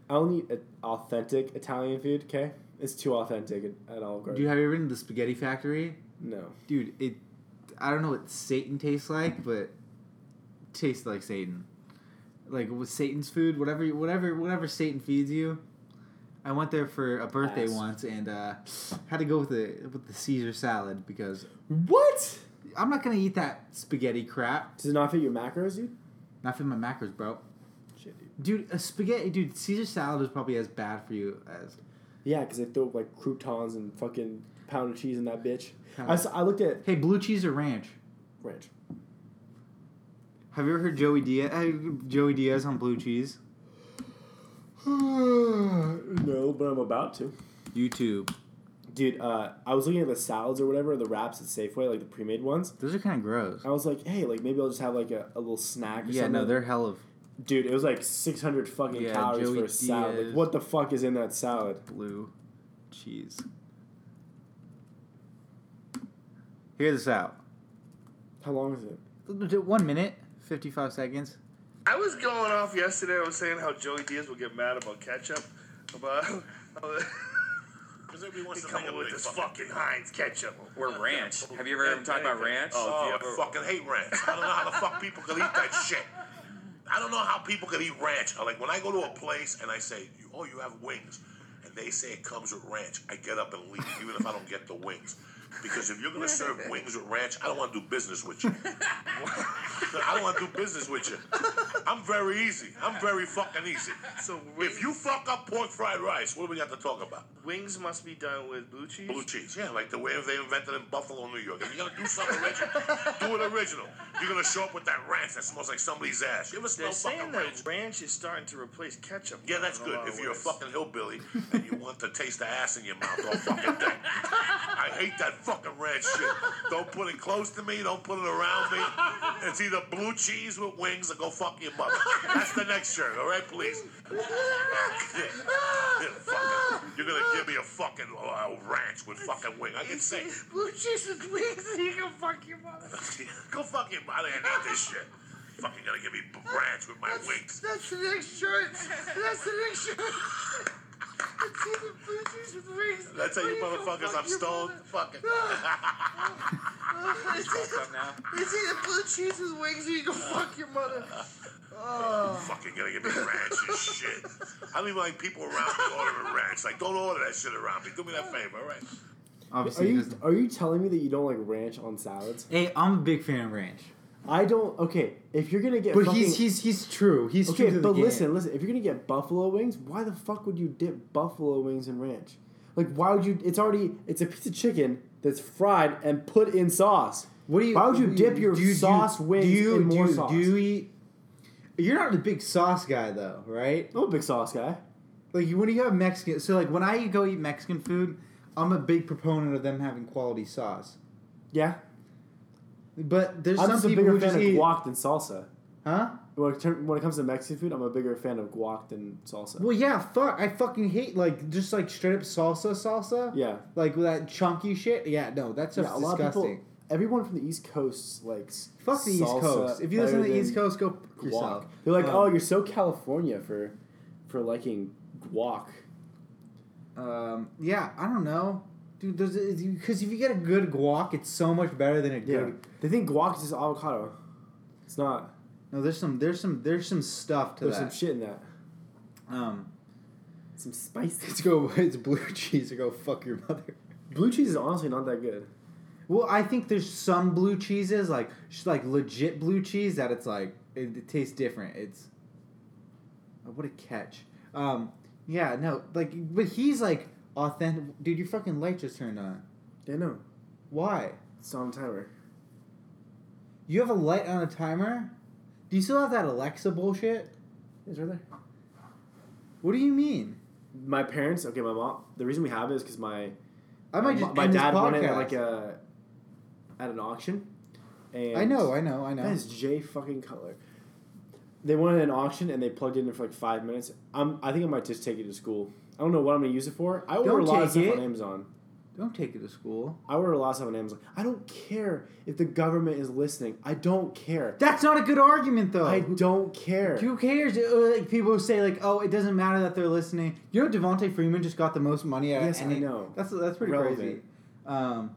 I don't eat uh, authentic Italian food. Okay, it's too authentic at, at Olive
Do
Garden.
you have you ever been to the Spaghetti Factory,
no,
dude? It, I don't know what Satan tastes like, but it tastes like Satan. Like with Satan's food, whatever, you- whatever, whatever Satan feeds you. I went there for a birthday
Ass.
once and uh, had to go with the with the Caesar salad because
what?
I'm not gonna eat that spaghetti crap.
Does it not fit your macros, dude?
Not fit my macros, bro.
Shit, dude.
Dude, a spaghetti, dude, Caesar salad is probably as bad for you as
Yeah, because they throw like croutons and fucking pound of cheese in that bitch.
Pound.
I, s- I looked at
hey blue cheese or ranch.
ranch.
Have you ever heard Joey Diaz? Uh, Joey Diaz on blue cheese. Uh,
no, but I'm about to.
YouTube.
Dude, uh, I was looking at the salads or whatever, the wraps at Safeway, like the pre-made ones.
Those are kind of gross.
I was like, hey, like maybe I'll just have like a, a little snack. Or
yeah,
something.
no, they're hell of
Dude, it was like 600 fucking
Yeah,
calories
Joey
for a salad.
Diaz.
Like, what the fuck is in that salad?
blue cheese. Hear this out.
How long is it?
One minute, fifty-five seconds.
I was going off yesterday. I was saying how Joey Diaz will get mad about ketchup, about
Because nobody
uh, he
wants to make
coming
a
with
big
this
fucking.
fucking Heinz ketchup. Oh,
Or ranch. Have you ever talked about ranch?
Oh,
yeah,
I
bro.
fucking hate ranch. I don't know how the fuck people could eat that shit. I don't know how people could eat ranch. Like when I go to a place and I say, "Oh, you have wings," and they say it comes with ranch, I get up and leave, even if I don't get the wings. Because if you're gonna serve wings with ranch, I don't want to do business with you. I don't want to do business with you. I'm very easy. I'm very fucking easy.
So
If you fuck up pork fried rice, what do we got to talk about?
wings must be done with blue cheese.
Blue cheese, yeah, like the way they invented in Buffalo, New York. If you're gonna do something original, do it original. You're gonna show up with that ranch that smells like somebody's ass. You ever
They're
smell
saying
Oh, fucking
that
ranch?
ranch. is starting to replace ketchup.
Yeah, that's
in a lot
good.
of
If you're a
ways.
fucking hillbilly and you want to taste the ass in your mouth all fucking day. I hate that fucking ranch shit. Don't put it close to me. Don't put it around me. It's either blue cheese with wings or go fuck your mother. That's the next shirt, all right, please? Yeah, fucking- you're gonna give me a fucking uh, ranch with fucking wing. I can say
blue cheese with wings, you can fuck your mother.
Go fuck your mother and eat this shit. Fucking gonna give me b- ranch with my wings.
That's the next shirt. That's the next shirt. It's either blue cheese with wings.
That's how
or
you
can
motherfuckers,
fuck
I'm
your
stoned.
mother.
Fucking.
Oh, it's either-
Fucked up now.
It's either blue cheese with wings or you can fuck your mother.
fucking gonna give me ranch and shit. I don't even like people around me ordering ranch. Like, don't order that shit around me. Do me that favor, all right?
Are
Obviously, it
you
doesn't-
are you telling me that you don't like ranch on salads?
hey, I'm a big fan of ranch,
I don't. Okay, if you're gonna get
but
fucking,
he's he's he's true. He's true
okay,
to
but
the game.
listen, listen. If you're gonna get buffalo wings, why the fuck would you dip buffalo wings in ranch? Like, why would you? It's already it's a piece of chicken that's fried and put in sauce.
What do you?
Why would you
do
dip your
do you-
sauce
do you-
wings
do you,
in more
do you,
sauce?
Do you eat? You're not a big sauce guy though, right?
I'm a big sauce guy.
Like when you have Mexican, so like when I go eat Mexican food, I'm a big proponent of them having quality sauce.
Yeah,
But there's
I'm
some
just a
people
bigger
who
fan
just
of
eat,
guac than salsa.
huh?
When it, turn- when it comes to Mexican food, I'm a bigger fan of guac than salsa.
Well, yeah, fuck. I fucking hate like just like straight up salsa, salsa.
Yeah.
Like with that chunky shit. Yeah, no, that's just
yeah, a lot of
disgusting.
people. Everyone from the East Coast likes
Fuck the East
salsa
Coast. If you
better
listen to the
than
East Coast, go fuck yourself.
guac. They're like,
Um,
oh, you're so California for for liking guac.
Um, yeah, I don't know, dude. There's because if you get a good guac, it's so much better than a
Yeah,
good.
they think guac is just avocado. It's not.
No, there's some, there's some, there's some stuff to
There's
that.
some shit in that.
Um,
Some spice.
let's go. It's blue cheese or go fuck your mother.
Blue cheese is honestly not that good.
Well, I think there's some blue cheeses like sh- like legit blue cheese that it's like it, it tastes different. It's oh, what a catch. Um, yeah, no, like but he's like authentic. Dude, your fucking light just turned on.
Yeah, no,
Why?
it's on timer.
You have a light on a timer. Do you still have that Alexa bullshit?
It's right there.
What do you mean?
My parents. Okay, my mom. The reason we have it is because my
I might just
my
end
dad
this podcast.
won it at like a at an auction. And
I know, I know, I know.
That is Jay fucking Cutler. They won it at an auction and they plugged it in there for like five minutes. I'm, I think I might just take it to school. I don't know what I'm gonna use it for. I order
Don't
a lot of
take
stuff on
it.
Amazon.
Don't take it to school.
I order a lot of stuff on Amazon. I don't care if the government is listening. I don't care.
That's not a good argument, though.
I don't care.
Who cares? Uh, Like people who say like, "Oh, it doesn't matter that they're listening." You know, Devonte Freeman just got the most money out. of
Yes, I
any-
know.
That's that's pretty
Relevant.
crazy. Um,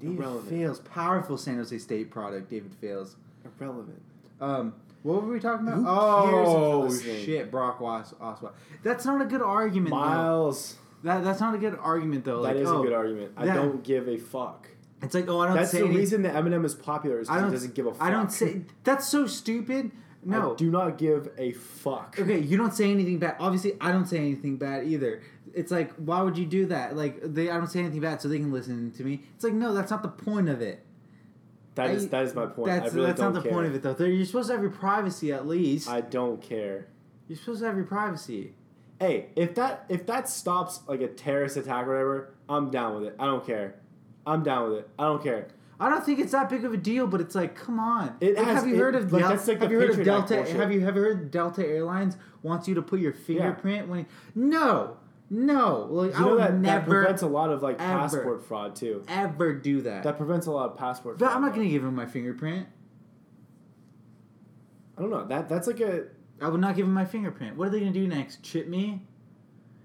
David
Irrelevant.
Fails, powerful San Jose State product. David Fails.
Irrelevant.
Um, what were we talking about?
Who cares if they're
oh
listening?
shit, Brock Os- Osweiler. That's not a good argument. though.
Miles.
That that's not a good argument though.
That
like,
is
oh,
a good argument. I
that-
don't give a fuck.
It's like, oh, I don't
That's
say
the
any-
reason that Eminem is popular is
I
because
don't
he doesn't give a fuck.
I don't say. That's so stupid. No,
I do not give a fuck.
Okay, you don't say anything bad. Obviously, I don't say anything bad either. It's like, why would you do that? Like, they, I don't say anything bad, so they can listen to me. It's like, no, that's not the point of it.
That is
I-
that is my point.
That's
I really
that's
don't
not the
care.
point of it, though. There- You're supposed to have your privacy at least.
I don't care.
You're supposed to have your privacy.
Hey, if that if that stops like a terrorist attack or whatever, I'm down with it. I don't care. I'm down with it. I don't care.
I don't think it's that big of a deal, but it's like, come on.
It
Like,
has-
have you
it-
heard of
like,
Del-
that's like
Have
the
you heard of
Patriot Act
Delta?
bullshit.
Have you ever heard Delta Airlines wants you to put your fingerprint when? No, no. Like,
You
I
know
would
that, that
never
prevents a lot of like
ever.
passport fraud too.
ever do that.
That prevents a lot of passport.
But
fraud.
I'm not gonna give him my fingerprint.
I don't know. That that's like a
I would not give him my fingerprint. What are they going to do next? Chip me?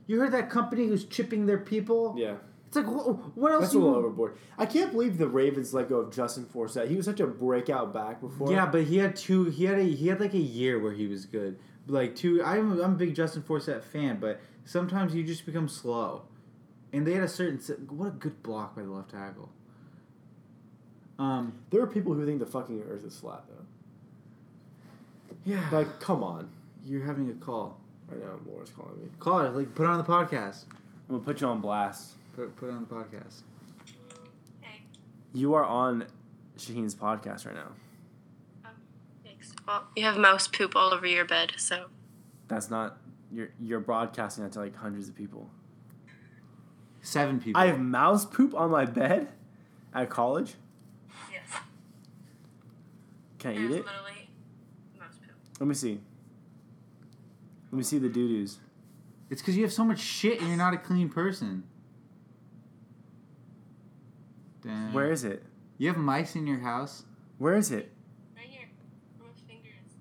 You heard that company who's chipping their people?
yeah.
It's like, wh- what else
That's a
you
little overboard. I can't believe the Ravens let go of Justin Forsett. He was such a breakout back before.
Yeah, but he had two. He had a. He had like a year where he was good. Like two. I'm, I'm a big Justin Forsett fan, but sometimes you just become slow. And they had a certain. se- What a good block by the left tackle. Um.
there are people who think the fucking Earth is flat though.
Yeah.
Like, come on.
you're having a call.
I know Laura's calling me.
Call it. Like put it on the podcast.
I'm gonna put you on blast.
Put put it on the podcast.
Hey,
You are on Shaheen's podcast right now.
thanks. Well, you have mouse poop all over your bed, so
That's not you're you're broadcasting that to like hundreds of people.
Seven people.
I have mouse poop on my bed at college.
yes,
Can I
there's
eat it?
literally mouse poop.
Let me see. Let me see the doo doos.
It's because you have so much shit and you're not a clean person. Damn.
Where is it?
you have mice in your house?
Where is it?
Right here, on my fingers.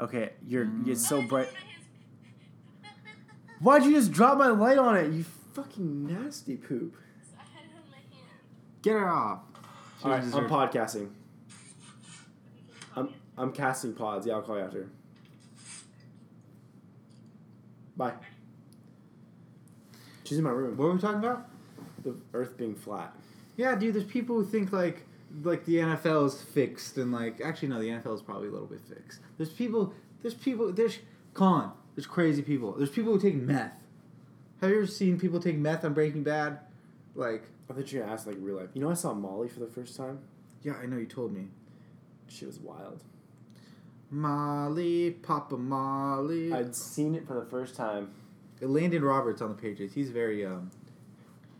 Okay, you're it's so
Oh, I
bright.
don't have my hands.
Why'd you just drop my light on it? You fucking nasty poop.
I had it on my hand.
Get her off. She
All right,
deserves-
I'm podcasting. I'm I'm casting pods. Yeah, I'll call you after. Bye. She's in my room.
What were we talking about?
The Earth being flat.
Yeah, dude, there's people who think like like the NFL is fixed and like actually no, the NFL is probably a little bit fixed. There's people there's people there's con. There's crazy people. There's people who take meth. Have you ever seen people take meth on Breaking Bad? Like,
I thought you were gonna ask like real life. You know, I saw Molly for the first time.
yeah, I know you told me.
She was wild.
Molly, Papa Molly.
I'd seen it for the first time.
Landon Roberts on the Patriots. He's very um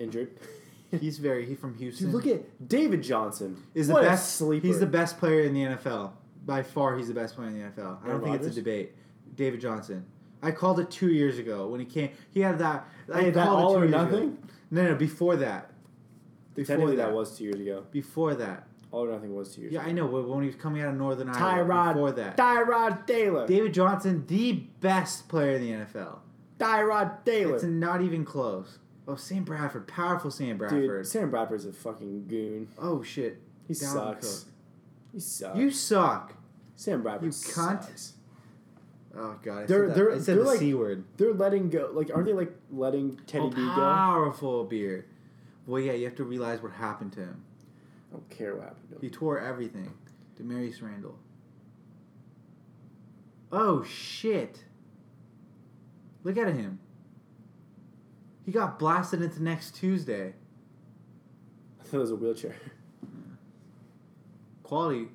Injured.
he's very he from Houston.
Dude, look at David Johnson.
is the
What a
best
sleeper.
He's the best player in the NFL. By far he's the best player in the NFL. I don't
Aaron
think
Rodgers?
it's a debate. David Johnson. I called it 2 years ago when he came. He had that I
Hey, that
called it
all
two
or
years ago.
nothing?
No, no, before that. Before
Technically,
that.
that was two years ago.
before that.
All or nothing was two years.
Yeah,
ago.
I know but when he was coming out of Northern Iowa
Tyrod.
before that.
Tyrod Taylor.
David Johnson the best player in the NFL.
Tyrod Taylor.
It's not even close. Oh, Sam Bradford, powerful Sam Bradford.
Dude, Sam Bradford's a fucking goon.
Oh shit.
He
Dalvin
sucks.
Cook.
He sucks.
You suck.
Sam Bradford
you cunt.
sucks.
Oh god, I said,
They're-
that.
they're-
I said
they're
the
like
c word.
They're letting go. Like, aren't they like letting Teddy
Oh,
B go? I
powerful beer. Well, yeah, you have to realize what happened to him.
don't care what happened to him.
He tore everything. Demarius Randall. Oh shit! Look at him. He got blasted into next Tuesday.
I thought it was a wheelchair.
Quality,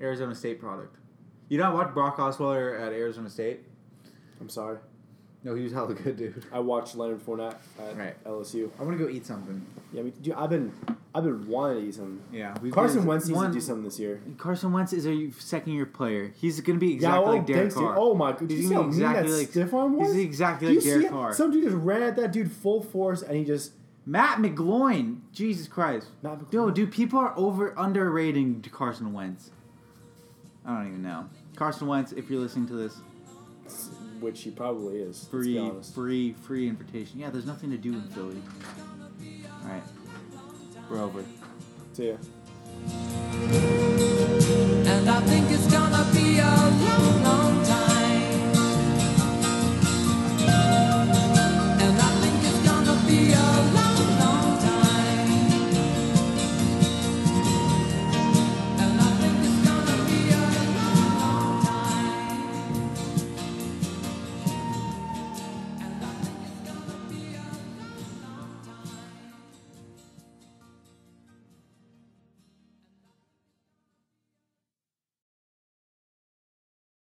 Arizona State product. You not watch Brock Osweiler at Arizona State?
I'm sorry.
No, he was hella good, dude.
I watched Leonard Fournette at
Right.
LSU.
I want to go eat something.
Yeah, we, dude, I've been I've been wanting to eat something.
Yeah, we've
Carson
been-
Wentz needs to
one-
do something this year.
Carson Wentz is a second year player. He's going to be exactly
yeah, oh,
like Derek
thanks, dude.
Carr.
Oh my god, did
He's
you see
gonna
how
be
mean
exactly
that
like-
stiff arm
he's
was?
exactly
Do you
like Derek
see it?
Carr.
Some dude just ran at that dude full force, and he just
Matt McGloin. Jesus Christ.
Matt McGloin.
Dude, dude, people are over underrating Carson Wentz. I don't even know. Carson Wentz, if you're listening to this,
which he probably is. Let's be
free,
honest.
free, free invitation. Yeah, there's nothing to do in Philly. All right, we're over.
See ya.
And I think it's gonna be a